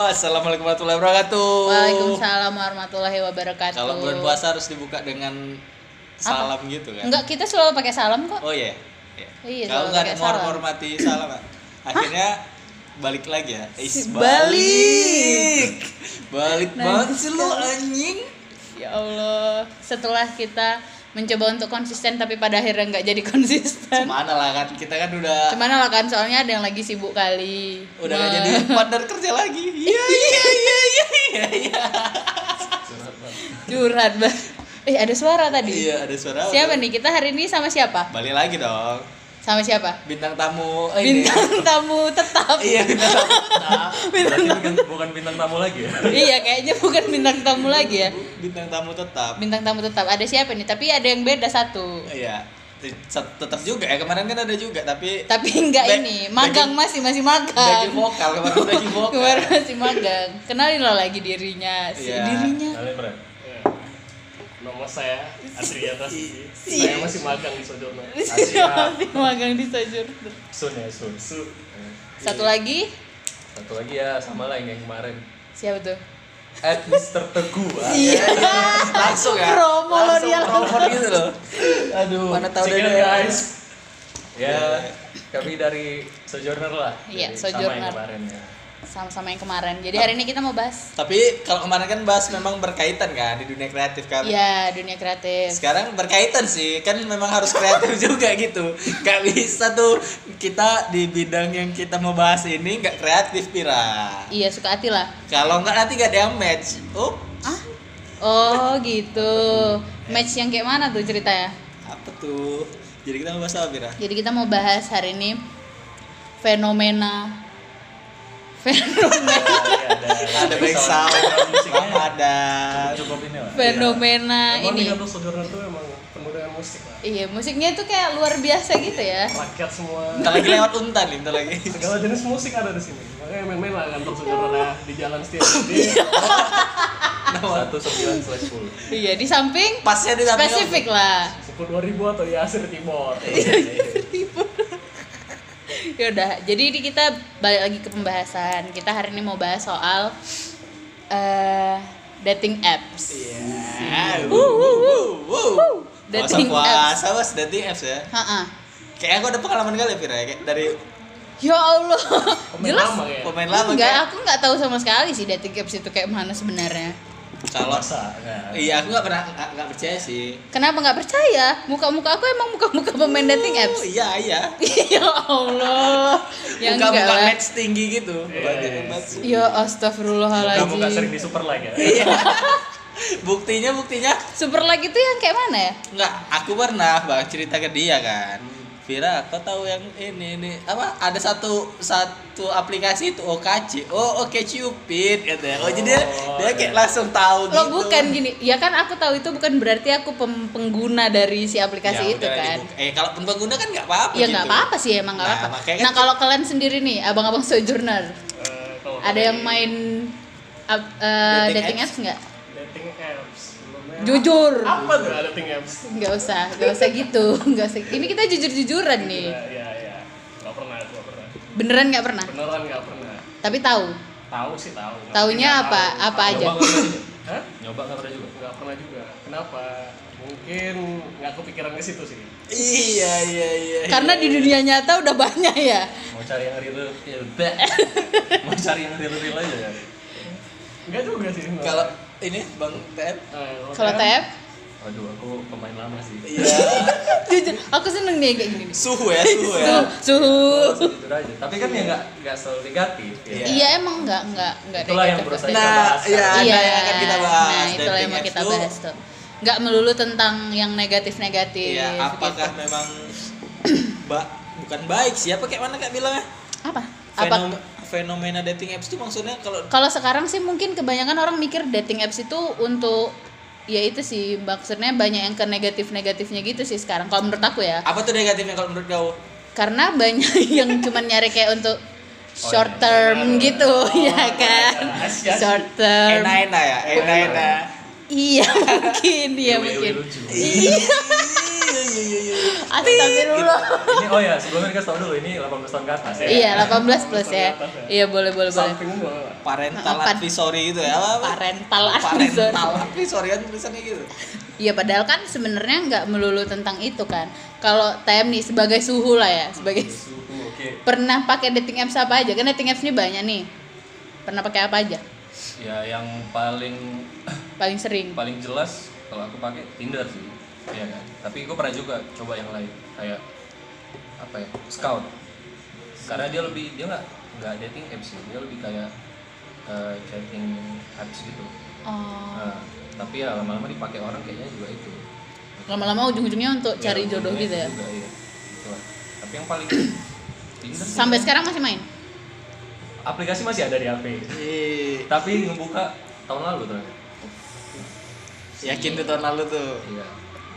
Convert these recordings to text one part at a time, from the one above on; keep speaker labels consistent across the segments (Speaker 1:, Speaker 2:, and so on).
Speaker 1: Assalamualaikum warahmatullahi wabarakatuh.
Speaker 2: Waalaikumsalam warahmatullahi wabarakatuh.
Speaker 1: Kalau bulan puasa harus dibuka dengan salam gitu kan?
Speaker 2: Enggak, kita selalu pakai salam kok.
Speaker 1: Oh iya. iya.
Speaker 2: Iya,
Speaker 1: Kalau
Speaker 2: selalu
Speaker 1: nggak
Speaker 2: pakai
Speaker 1: mau
Speaker 2: salam.
Speaker 1: menghormati salam, kan? akhirnya balik lagi ya. Is
Speaker 2: Si-
Speaker 1: balik.
Speaker 2: balik.
Speaker 1: Balik
Speaker 2: Nah,
Speaker 1: banget sih lu anjing.
Speaker 2: Ya Allah, setelah kita mencoba untuk konsisten tapi pada akhirnya nggak jadi konsisten.
Speaker 1: Kemana lah kan? Kita kan udah
Speaker 2: Cuman lah kan soalnya ada yang lagi sibuk kali.
Speaker 1: udah nggak
Speaker 2: Me-
Speaker 1: jadi partner kerja lagi. Iya iya iya iya iya. iya.
Speaker 2: curhat bah. Eh ada suara tadi.
Speaker 1: Iya ada suara. apa
Speaker 2: Siapa
Speaker 1: tuh?
Speaker 2: nih? Kita hari ini sama siapa?
Speaker 1: Balik lagi dong.
Speaker 2: Sama siapa?
Speaker 1: Bintang tamu. eh, ini.
Speaker 2: Bintang tamu tetap.
Speaker 1: Iya bintang tamu.
Speaker 3: Berarti bukan, bukan bintang tamu lagi ya?
Speaker 2: Iya, kayaknya bukan bintang tamu lagi ya.
Speaker 1: Bintang tamu tetap.
Speaker 2: Bintang tamu tetap. Ada siapa nih? Tapi ada yang beda satu.
Speaker 1: Iya, tet- tetap juga ya kemarin kan ada juga tapi
Speaker 2: Tapi enggak
Speaker 1: Back-
Speaker 2: ini, magang masih masih magang.
Speaker 1: backing vokal kemarin backing vokal.
Speaker 2: Kemarin masih magang. Kenalin lo lagi dirinya, si
Speaker 1: Iya.
Speaker 2: dirinya.
Speaker 3: Kalian Fred?
Speaker 4: Nama saya Adriana Sisi.
Speaker 2: Si-
Speaker 4: Saya masih magang di Sojorno.
Speaker 2: Dia masih magang di Sojourner.
Speaker 3: Sun ya Sun. Eh,
Speaker 2: Satu lagi
Speaker 3: Satu lagi ya sama lah yang kayak kemarin.
Speaker 2: siapa tuh?
Speaker 3: At Mr. Teguh. ah.
Speaker 1: Iya. langsung ya.
Speaker 2: Promo lo
Speaker 1: langsung
Speaker 2: dia.
Speaker 1: promo gitu loh.
Speaker 3: Aduh.
Speaker 1: Mana tahu
Speaker 3: check it
Speaker 1: dari-
Speaker 3: out, guys. Ya, kami dari Sojourner lah.
Speaker 2: Iya,
Speaker 3: Jadi Sama
Speaker 2: Sojourner.
Speaker 3: yang kemarin ya.
Speaker 2: Iya. Sama-sama yang kemarin. Jadi hari ini kita mau bahas
Speaker 1: Tapi kalau kemarin kan bahas memang berkaitan kan di dunia kreatif kan.
Speaker 2: ya dunia kreatif.
Speaker 1: Sekarang berkaitan sih, kan memang harus kreatif juga gitu. Gak bisa tuh kita di bidang yang kita mau bahas ini nggak kreatif Pira.
Speaker 2: Iya, suka hati lah.
Speaker 1: Kalau nggak nanti gak ada yang match. Oh,
Speaker 2: Ah. Oh, gitu. Match yang kayak mana tuh ceritanya?
Speaker 1: apa tuh? Jadi kita mau bahas apa Pira?
Speaker 2: Jadi kita mau bahas hari ini fenomena fenomena
Speaker 3: Iya,
Speaker 1: Ada back sound, sama ada
Speaker 3: Cukup ini lah.
Speaker 2: fenomena
Speaker 4: Emang
Speaker 2: Nah, ini.
Speaker 4: di kampus Sojorno tuh emang penuh dengan musik lah.
Speaker 2: Iya, musiknya itu kayak luar biasa gitu ya.
Speaker 4: Rakyat semua.
Speaker 1: Bentar lagi lewat untan nih, bentar lagi.
Speaker 4: Segala jenis musik ada di sini. Makanya main-main lah kantor Sojorno lah di jalan setiap hari.
Speaker 3: Satu sembilan slash sepuluh.
Speaker 2: Iya, di samping
Speaker 1: Pasnya di samping
Speaker 2: spesifik lah.
Speaker 4: Sepuluh dua ribu atau ya Asir Timur.
Speaker 2: Iya, Ya udah, jadi ini kita balik lagi ke pembahasan. Kita hari ini mau bahas soal eh dating apps.
Speaker 1: Iya.
Speaker 2: Wuh, wuh, wuh. Wuh.
Speaker 1: Puasa
Speaker 2: Dating
Speaker 1: puasa mas, dating apps ya.
Speaker 2: Ha-ha.
Speaker 1: Kayaknya aku ada pengalaman kali ya, Fira ya, kayak dari
Speaker 2: Ya Allah. Jelas
Speaker 4: Lama kayak.
Speaker 1: pemain Oh, lama
Speaker 2: enggak,
Speaker 1: kayak.
Speaker 2: aku enggak tahu sama sekali sih dating apps itu kayak mana sebenarnya.
Speaker 1: Kalau
Speaker 3: Masa? Nah,
Speaker 1: iya aku nggak pernah nggak nggak percaya sih.
Speaker 2: Kenapa nggak percaya? Muka-muka aku emang muka-muka pemain dating apps.
Speaker 1: Oh, iya iya.
Speaker 2: ya Allah. Ya
Speaker 1: Buka
Speaker 2: enggak
Speaker 1: buka
Speaker 2: lah.
Speaker 1: match tinggi gitu. Bukan
Speaker 3: Yes.
Speaker 1: dating match.
Speaker 2: Ya astagfirullahaladzim.
Speaker 3: Kamu gak sering di super like ya?
Speaker 1: Iya. Buktinya buktinya
Speaker 2: Super like itu yang kayak mana ya?
Speaker 1: nggak. Aku pernah bang cerita ke dia kan. Vira, kau tahu yang ini ini apa? Ada satu satu aplikasi itu OKC. Oh, oke Cupid katanya. Oh, jadi dia, dia
Speaker 3: iya.
Speaker 1: kayak langsung tahu
Speaker 2: Lo
Speaker 1: gitu.
Speaker 2: Oh, bukan gini, ya kan aku tahu itu bukan berarti aku pem- pengguna dari si aplikasi
Speaker 1: Ya,
Speaker 2: itu
Speaker 1: udah
Speaker 2: kan.
Speaker 1: dibuka. Eh kalau pengguna kan nggak apa-apa.
Speaker 2: Ya
Speaker 1: gitu.
Speaker 2: nggak apa-apa sih emang nggak
Speaker 1: Nah,
Speaker 2: apa-apa.
Speaker 1: makanya kan-
Speaker 2: Nah kalau kalian sendiri nih, abang-abang sojourner,
Speaker 4: Eh, kalau
Speaker 2: ada
Speaker 4: dari
Speaker 2: yang main ap- eh,
Speaker 1: Dating
Speaker 2: dating
Speaker 1: apps?
Speaker 2: apps nggak?
Speaker 4: dating apps. Sebelumnya-
Speaker 2: Jujur,
Speaker 4: Apa tuh dating apps?
Speaker 2: nggak usah, nggak usah gitu, nggak usah. Ini kita jujur-jujuran nih,
Speaker 4: Iya iya iya. Gak pernah, gak pernah.
Speaker 2: beneran nggak pernah.
Speaker 4: Beneran gak pernah.
Speaker 2: Tapi tahu,
Speaker 4: Tahu sih tahu.
Speaker 2: Taunya
Speaker 1: Iya,
Speaker 4: Nggak
Speaker 2: apa?
Speaker 4: tahu.
Speaker 2: Apa aja?
Speaker 3: Nyoba gak pernah juga?
Speaker 4: Hah?
Speaker 3: Nyoba gak pernah juga?
Speaker 4: Nggak pernah juga. Kenapa? Mungkin nggak kepikiran ke situ sih.
Speaker 1: Iya iya iya.
Speaker 2: karena di dunia nyata udah banyak ya.
Speaker 3: Mau cari yang real real Mau cari yang real real aja ya?
Speaker 4: Enggak juga sih. sebenarnya.
Speaker 1: kalau ini Bang TM
Speaker 4: Eh,
Speaker 2: Kalau TF,
Speaker 3: Aduh, aku pemain lama sih.
Speaker 1: iya
Speaker 2: jujur, aku seneng nih kayak gini. nih.
Speaker 1: suhu ya suhu ya.
Speaker 2: Suhu, suhu.
Speaker 3: Jujur aja. Tapi kan ya nggak nggak selalu negatif. Ya.
Speaker 2: Iya emang nggak nggak nggak
Speaker 3: Itulah yang
Speaker 2: negatif.
Speaker 3: berusaha kita
Speaker 1: Nah,
Speaker 3: bahas. kan.
Speaker 1: iya,
Speaker 2: Iya.
Speaker 1: nah, yang akan kita bahas.
Speaker 2: Nah, itulah
Speaker 1: Dating
Speaker 2: yang mau
Speaker 1: apps
Speaker 2: kita
Speaker 1: tuh,
Speaker 2: bahas tuh. Nggak melulu tentang yang negatif-negatif.
Speaker 1: Iya, apakah
Speaker 2: gitu.
Speaker 1: memang ba bukan baik sih apa kayak mana Kak bilangnya?
Speaker 2: apa? Apa?
Speaker 1: Fenom fenomena dating apps itu maksudnya kalau
Speaker 2: Kalau sekarang sih mungkin kebanyakan orang mikir dating apps itu untuk ya itu sih maksudnya banyak yang ke negatif-negatifnya gitu sih sekarang kalau menurut aku ya
Speaker 1: apa tuh negatifnya kalau menurut kau?
Speaker 2: karena banyak yang cuman nyari kayak untuk
Speaker 1: Oh, iya,
Speaker 2: short term gitu ya kan
Speaker 4: rahasia sih.
Speaker 2: short term
Speaker 1: Enak-enak ya, enak-enak.
Speaker 2: iya mungkin ya
Speaker 3: Wewe
Speaker 2: mungkin
Speaker 3: lucu.
Speaker 1: Iya, iya, iya, iya.
Speaker 2: Astagfirullah.
Speaker 3: ini oh ya sebelumnya dikasih tau dulu ini 18 tahun ke atas ya
Speaker 2: Iya, 18 plus ya. Iya, boleh boleh boleh.
Speaker 4: samping gue
Speaker 1: parental
Speaker 2: Apa?
Speaker 1: advisory gitu ya apa
Speaker 2: Parental advisor.
Speaker 1: parental advisory kan tulisannya gitu
Speaker 2: Iya, padahal kan sebenarnya nggak melulu tentang itu kan. Kalau TM nih sebagai suhu lah ya, sebagai
Speaker 1: Iya.
Speaker 3: suhu oke
Speaker 2: pernah pakai dating apps apa aja? Kan dating apps ini banyak nih. Pernah pakai apa aja?
Speaker 3: ya yang paling
Speaker 2: Paling sering.
Speaker 3: paling jelas kalau aku pakai Tinder sih iya kan tapi gue pernah juga coba yang lain kayak apa ya Scout karena dia lebih dia nggak nggak dating apps sih dia lebih kayak eh, chatting apps gitu
Speaker 2: Oh.
Speaker 3: Nah, tapi ya lama-lama dipakai orang kayaknya juga itu
Speaker 2: Lama-lama ujung-ujungnya untuk
Speaker 1: Iya,
Speaker 2: cari
Speaker 3: Ya,
Speaker 2: jodoh
Speaker 3: ujungnya
Speaker 2: gitu ya.
Speaker 3: itu juga, iya. Gitu lah. tapi yang paling Tinder sih. ya.
Speaker 2: Sampai sekarang masih main?
Speaker 3: aplikasi masih ada di HP
Speaker 1: Ih,
Speaker 3: tapi ngebuka tahun lalu terakhir
Speaker 1: yakin tuh tahun lalu tuh
Speaker 3: iya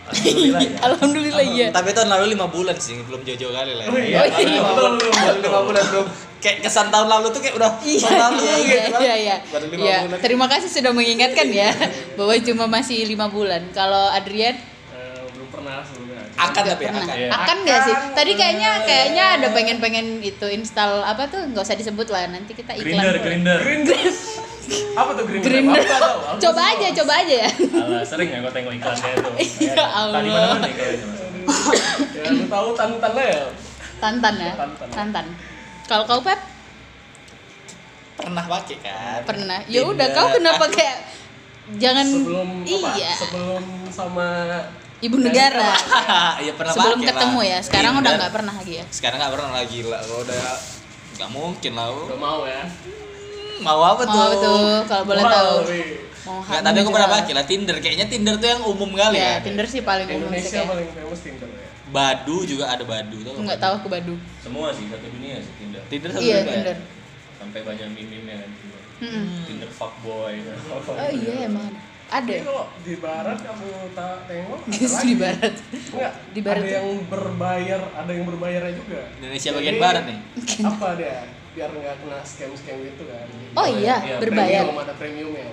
Speaker 3: alhamdulillah ya
Speaker 2: Alhamdulillah iya.
Speaker 1: tapi tahun lalu lima bulan sih belum jauh-jauh kali lah ya.
Speaker 3: iya
Speaker 2: Oh, iya.
Speaker 3: tahun lalu
Speaker 1: Baru lima bulan belum kayak kesan tahun lalu tuh kayak udah tahun lalu
Speaker 2: iya,
Speaker 1: gitu
Speaker 2: iya,
Speaker 1: kan.
Speaker 2: iya, iya.
Speaker 1: baru lima
Speaker 2: Iya,
Speaker 1: bulan Iya.
Speaker 2: Terima kasih sudah mengingatkan ya bahwa cuma masih lima bulan. Kalau Adrian
Speaker 4: Eh, belum pernah sebelumnya
Speaker 1: akan tapi
Speaker 2: pernah.
Speaker 1: akan
Speaker 3: Iya.
Speaker 2: Akan nggak sih?
Speaker 4: Akan.
Speaker 2: Tadi kayaknya kayaknya ada pengen-pengen itu install apa tuh nggak usah disebut lah nanti kita iklan.
Speaker 3: grinder grinder
Speaker 4: apa tuh green
Speaker 2: Green.
Speaker 4: Map? Apa tau? Apa
Speaker 2: Coba
Speaker 4: sih
Speaker 2: aja,
Speaker 4: tau?
Speaker 2: coba aja ya.
Speaker 3: Alah, sering ya gue tengok iklannya itu
Speaker 2: Ya Allah.
Speaker 3: tadi mana mana kayaknya Mas.
Speaker 4: ya lu tahu tantan lah ya
Speaker 2: Tantan ya.
Speaker 4: Tantan.
Speaker 2: Tantan. Kalau kau Pep
Speaker 1: pernah pakai kan
Speaker 2: pernah. Ya
Speaker 1: Tinder.
Speaker 2: udah kau kenapa kayak jangan
Speaker 4: sebelum apa
Speaker 2: iya
Speaker 4: sebelum sama
Speaker 2: ibu negara.
Speaker 1: Ah, iya pernah
Speaker 2: Sebelum
Speaker 1: pakai lah.
Speaker 2: ketemu ya. Sekarang udah
Speaker 1: Tinder.
Speaker 2: nggak pernah lagi ya.
Speaker 1: sekarang nggak pernah lagi lah kalau udah nggak mungkin lah Hmm,
Speaker 4: udah mau ya
Speaker 1: mau apa tuh
Speaker 2: Mau tuh Oh, kalau boleh
Speaker 4: Wow,
Speaker 2: tahu.
Speaker 4: wih.
Speaker 2: Mau
Speaker 1: Nggak,
Speaker 2: hak
Speaker 1: tapi aku pernah
Speaker 2: menjual.
Speaker 1: pakai lah Tinder kayaknya Tinder tuh yang umum kali
Speaker 2: ya,
Speaker 1: ya,
Speaker 2: Tinder sih paling umum sih
Speaker 4: Indonesia
Speaker 2: kayak.
Speaker 4: paling famous Tinder ya
Speaker 1: Badu juga ada Badu tuh
Speaker 2: Enggak tahu aku Badu.
Speaker 3: semua sih satu dunia sih Tinder
Speaker 1: Tinder sama
Speaker 2: Iya,
Speaker 1: juga ya?
Speaker 2: Tinder.
Speaker 3: sampai banyak meme-nya kan Tinder.
Speaker 2: Mm-mm.
Speaker 3: Tinder fuckboy
Speaker 2: Oh iya emang ada. Ada.
Speaker 4: Tapi kalau di barat kamu tak tengok ada
Speaker 2: Justru
Speaker 4: lagi.
Speaker 2: di barat.
Speaker 4: Enggak,
Speaker 2: Di barat
Speaker 4: ada
Speaker 2: tuh.
Speaker 4: yang berbayar, ada yang berbayarnya juga.
Speaker 1: Indonesia bagian barat nih.
Speaker 4: Apa dia? Biar nggak kena scam-scam gitu kan.
Speaker 2: Oh iya,
Speaker 3: Iya,
Speaker 1: Ya,
Speaker 2: berbayar.
Speaker 4: Premium, ada premiumnya.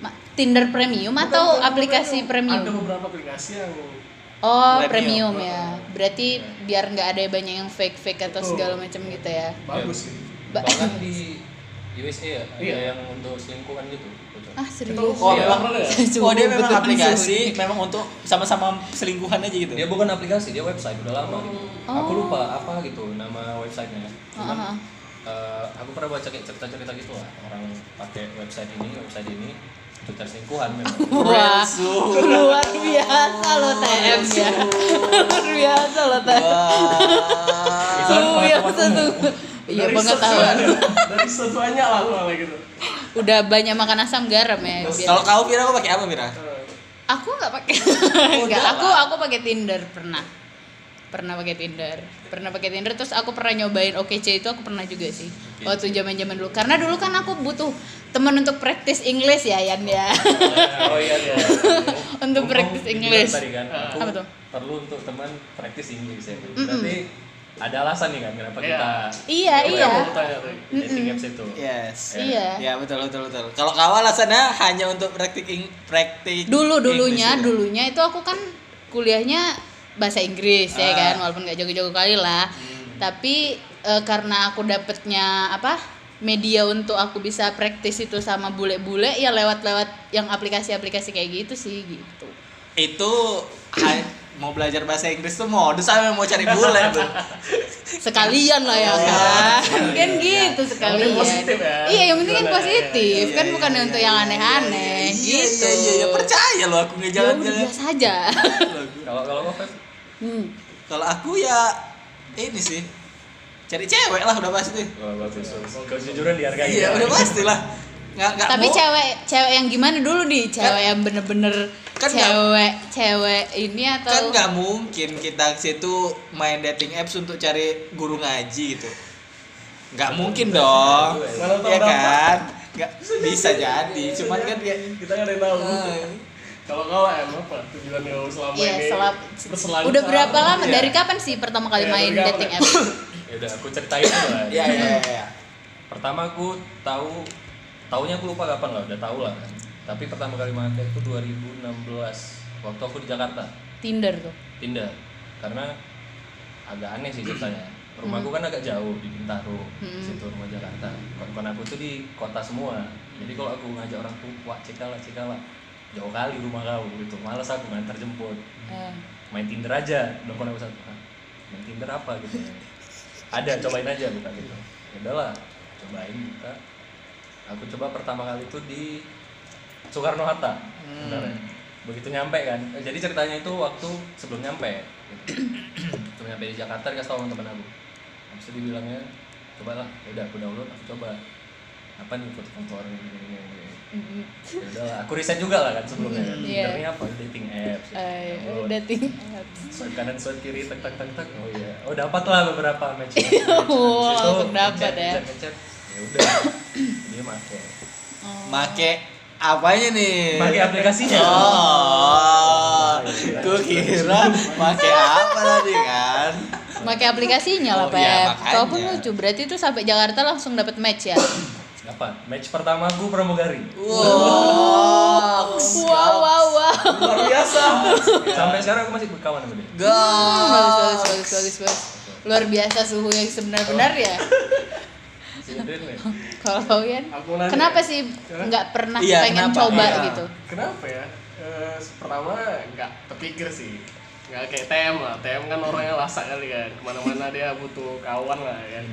Speaker 2: Ma- Tinder premium atau
Speaker 4: Bukan
Speaker 2: aplikasi
Speaker 4: Ada
Speaker 2: premium?
Speaker 4: beberapa aplikasi yang
Speaker 2: Oh,
Speaker 1: Premium.
Speaker 2: premium ya. Berarti biar nggak ada banyak yang fake-fake atau
Speaker 4: Betul.
Speaker 2: segala macam gitu ya.
Speaker 4: bagus sih.
Speaker 2: Ba-
Speaker 3: bahkan di USA ya ada
Speaker 4: Iya.
Speaker 3: yang untuk selingkuhan gitu bocor.
Speaker 2: ah, serius.
Speaker 1: Oh,
Speaker 4: Iya.
Speaker 1: memang,
Speaker 2: Suhu,
Speaker 1: oh, dia memang
Speaker 2: betul,
Speaker 1: aplikasi memang untuk sama-sama selingkuhan aja gitu.
Speaker 3: dia bukan aplikasi dia website udah lama gitu.
Speaker 2: Oh.
Speaker 3: aku lupa apa gitu nama websitenya cuman
Speaker 2: Ah, ah.
Speaker 3: eh, aku pernah baca kayak cerita-cerita gitu lah orang pakai website ini website ini itu terselingkuhan memang
Speaker 2: Wah,
Speaker 1: Suhu.
Speaker 2: luar biasa loh TM ya. luar biasa loh TM.
Speaker 1: Wah.
Speaker 2: Suhu yang
Speaker 3: Pengetahuan
Speaker 2: satu.
Speaker 3: umum.
Speaker 2: Iya,
Speaker 4: Dari
Speaker 2: pengetahuan.
Speaker 4: sesuanya- Dari sesuanya lah malah gitu.
Speaker 2: Udah banyak makan asam garam ya. biar-
Speaker 1: Kalau kau Vira, kau pakai apa Vira?
Speaker 4: Eh,
Speaker 2: aku nggak pakai nggak aku aku pakai Tinder pernah pernah pakai Tinder pernah pakai Tinder terus aku pernah nyobain OKC itu aku pernah juga Iya sih waktu zaman zaman dulu karena dulu kan aku butuh teman untuk praktis Inggris ya Yan ya
Speaker 3: oh iya iya
Speaker 2: untuk
Speaker 3: Ngomong
Speaker 2: praktis
Speaker 3: dibilang
Speaker 2: Inggris
Speaker 3: tadi kan aku
Speaker 2: Apa tuh?
Speaker 3: perlu untuk teman praktis Inggris ya berarti ada alasan nih kan kenapa
Speaker 4: Iya.
Speaker 3: kita
Speaker 2: iya
Speaker 3: Coba
Speaker 2: iya
Speaker 4: Aku mau tanya tadi.
Speaker 3: dating apps itu
Speaker 1: Yes.
Speaker 2: iya
Speaker 1: Ya betul betul betul. Kalau kau alasannya hanya untuk praktik ing- praktik.
Speaker 2: dulu dulunya
Speaker 1: English, gitu.
Speaker 2: dulunya itu aku kan kuliahnya bahasa Inggris ya
Speaker 1: Ah. Hmm.
Speaker 2: kan walaupun nggak jago-jago kali lah tapi eh, karena aku dapetnya apa media untuk aku bisa praktis itu sama bule-bule ya lewat-lewat yang aplikasi-aplikasi kayak gitu sih gitu
Speaker 1: ya? Itu ha- mau belajar bahasa Inggris tuh modus sama mau cari bule tuh.
Speaker 2: sekalian lah
Speaker 1: Oh,
Speaker 2: ya
Speaker 1: iya.
Speaker 2: kan kan gitu sekalian
Speaker 4: positif ya.
Speaker 2: iya yang penting kan
Speaker 4: Gimana,
Speaker 2: positif
Speaker 1: iya,
Speaker 2: kan
Speaker 1: iya,
Speaker 2: bukan
Speaker 1: iya,
Speaker 2: untuk
Speaker 1: iya,
Speaker 2: yang
Speaker 1: iya,
Speaker 2: aneh-aneh
Speaker 1: Iya,
Speaker 2: gitu
Speaker 1: Iya iya iya percaya loh aku nggak
Speaker 2: ya udah
Speaker 1: jalan-jalan.
Speaker 2: biasa aja
Speaker 3: kalau kalau apa
Speaker 2: hmm.
Speaker 1: Kalau aku ya ini sih cari cewek lah udah pasti.
Speaker 3: Wah, bagus. Kejujuran dihargai.
Speaker 1: Iya
Speaker 3: ya?
Speaker 1: udah pasti lah. Nggak nggak
Speaker 2: tapi
Speaker 1: mau-
Speaker 2: cewek cewek yang gimana dulu di cewek yang bener-bener
Speaker 1: Kan nggak-
Speaker 2: cewek cewek ini atau
Speaker 1: kan nggak mungkin kita ke situ main dating apps untuk cari guru ngaji gitu nggak mungkin dong
Speaker 4: Mana tahu
Speaker 1: ya
Speaker 4: dapat.
Speaker 1: kan nggak bisa jadi cuman kan kayak
Speaker 4: kita nggak ada yang tahu.
Speaker 1: eh,
Speaker 4: Kalau kau em apa tujuan kau selama
Speaker 2: Iya,
Speaker 4: ini?
Speaker 2: selap-
Speaker 4: berselancar.
Speaker 2: udah berapa lama
Speaker 1: Iya.
Speaker 2: dari kapan sih pertama kali
Speaker 4: Iya,
Speaker 2: main
Speaker 4: dari kapan?
Speaker 2: dating apps
Speaker 3: Ya udah aku ceritain dulu lah.
Speaker 1: ya ya ya, ya
Speaker 3: Pertama aku tahu tahunya aku lupa kapan lah, udah tahu lah kan. Tapi pertama kali pakai itu 2016 waktu aku di Jakarta,
Speaker 2: Tinder tuh
Speaker 3: Tinder. karena agak aneh sih ceritanya rumah gua kan agak jauh di Bintaro
Speaker 2: Hmm.
Speaker 3: situ rumah Jakarta kawan-kawan aku tuh di kota semua jadi kalau aku ngajak orang tuh wah cekala cekala jauh kali rumah kau gitu malas aku ngantar jemput
Speaker 2: Eh,
Speaker 3: main Tinder aja udah pernah aku satu "Hah, main Tinder apa gitu ada cobain aja buka gitu ya udahlah cobain buka aku coba pertama kali itu di Soekarno Hatta begitu nyampe kan eh, jadi ceritanya itu waktu sebelum nyampe gitu. sebelum nyampe di Jakarta dikasih tau sama temen aku habis itu dibilangnya cobalah ya udah aku download aku coba apa nih foto kantor ini ini, ini ini."
Speaker 2: mm,
Speaker 3: ya udahlah aku riset juga lah kan sebelumnya kan
Speaker 2: Iya.
Speaker 3: Tindernya apa dating apps
Speaker 2: eh,
Speaker 1: Oh.
Speaker 3: Download
Speaker 2: dating apps.
Speaker 3: swipe kanan swipe kiri tek tek tek tek oh iya oh dapat lah beberapa match
Speaker 2: Wow, langsung dapat ya.
Speaker 3: ngechat ya udah dia pakai
Speaker 2: Oh.
Speaker 1: Make apanya nih?
Speaker 3: pakai aplikasinya
Speaker 1: Oh, gue kira pakai apa tadi kan?
Speaker 2: Pakai aplikasinya lah,
Speaker 1: Oh,
Speaker 2: Pep.
Speaker 1: iya,
Speaker 2: Kau pun
Speaker 1: makanya.
Speaker 2: lucu. Berarti itu sampai Jakarta langsung dapat match ya?
Speaker 3: dapat match pertama gue pramugari
Speaker 1: Wow,
Speaker 2: wow, wow, wow.
Speaker 1: luar biasa.
Speaker 3: sampai sekarang aku masih berkawan sama dia
Speaker 2: Bagus,
Speaker 1: Gol.
Speaker 2: bagus, bagus, bagus, bagus. Luar biasa suhu yang sebenar-benar ya.
Speaker 3: Si Adrian nih.
Speaker 2: Kalau kau Yan,
Speaker 4: Aku nanya.
Speaker 2: kenapa sih
Speaker 4: Hah?
Speaker 2: nggak pernah
Speaker 1: Iya,
Speaker 2: pengen
Speaker 1: kenapa?
Speaker 2: coba
Speaker 1: Iya.
Speaker 2: gitu?
Speaker 4: Kenapa ya? Eh, pertama nggak terpikir sih nggak kayak TM lah, TM kan orangnya lasak kali kan Kemana-mana dia butuh kawan lah kan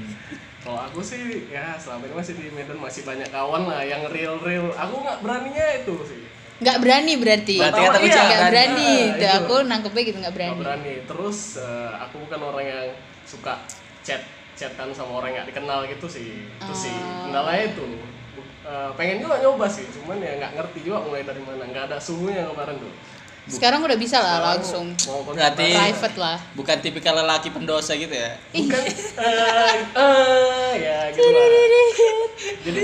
Speaker 4: Kalau aku sih ya selama ini masih di Medan masih banyak kawan lah yang real-real Aku nggak beraninya itu sih
Speaker 2: Nggak berani berarti.
Speaker 1: Berarti
Speaker 4: kata kunci
Speaker 2: nggak
Speaker 1: nggak
Speaker 2: berani.
Speaker 4: berani.
Speaker 2: Itu
Speaker 4: Nah,
Speaker 2: aku
Speaker 4: itu.
Speaker 2: nangkepnya gitu nggak
Speaker 4: Nggak
Speaker 2: berani.
Speaker 4: berani Terus eh, aku bukan orang yang suka chat chatan sama orang yang nggak dikenal gitu sih Itu sih,
Speaker 2: Oh.
Speaker 4: kendalanya itu Eh, pengen juga nyoba sih, cuman ya nggak ngerti juga mulai dari mana, nggak ada suhunya kemarin tuh.
Speaker 2: Sekarang udah bisa lah Ah, langsung
Speaker 4: Mau kontak
Speaker 1: Berarti-
Speaker 4: balik.
Speaker 2: private lah.
Speaker 1: Bukan tipikal lelaki pendosa gitu ya?
Speaker 4: bukan eh eh, ya gitu lah jadi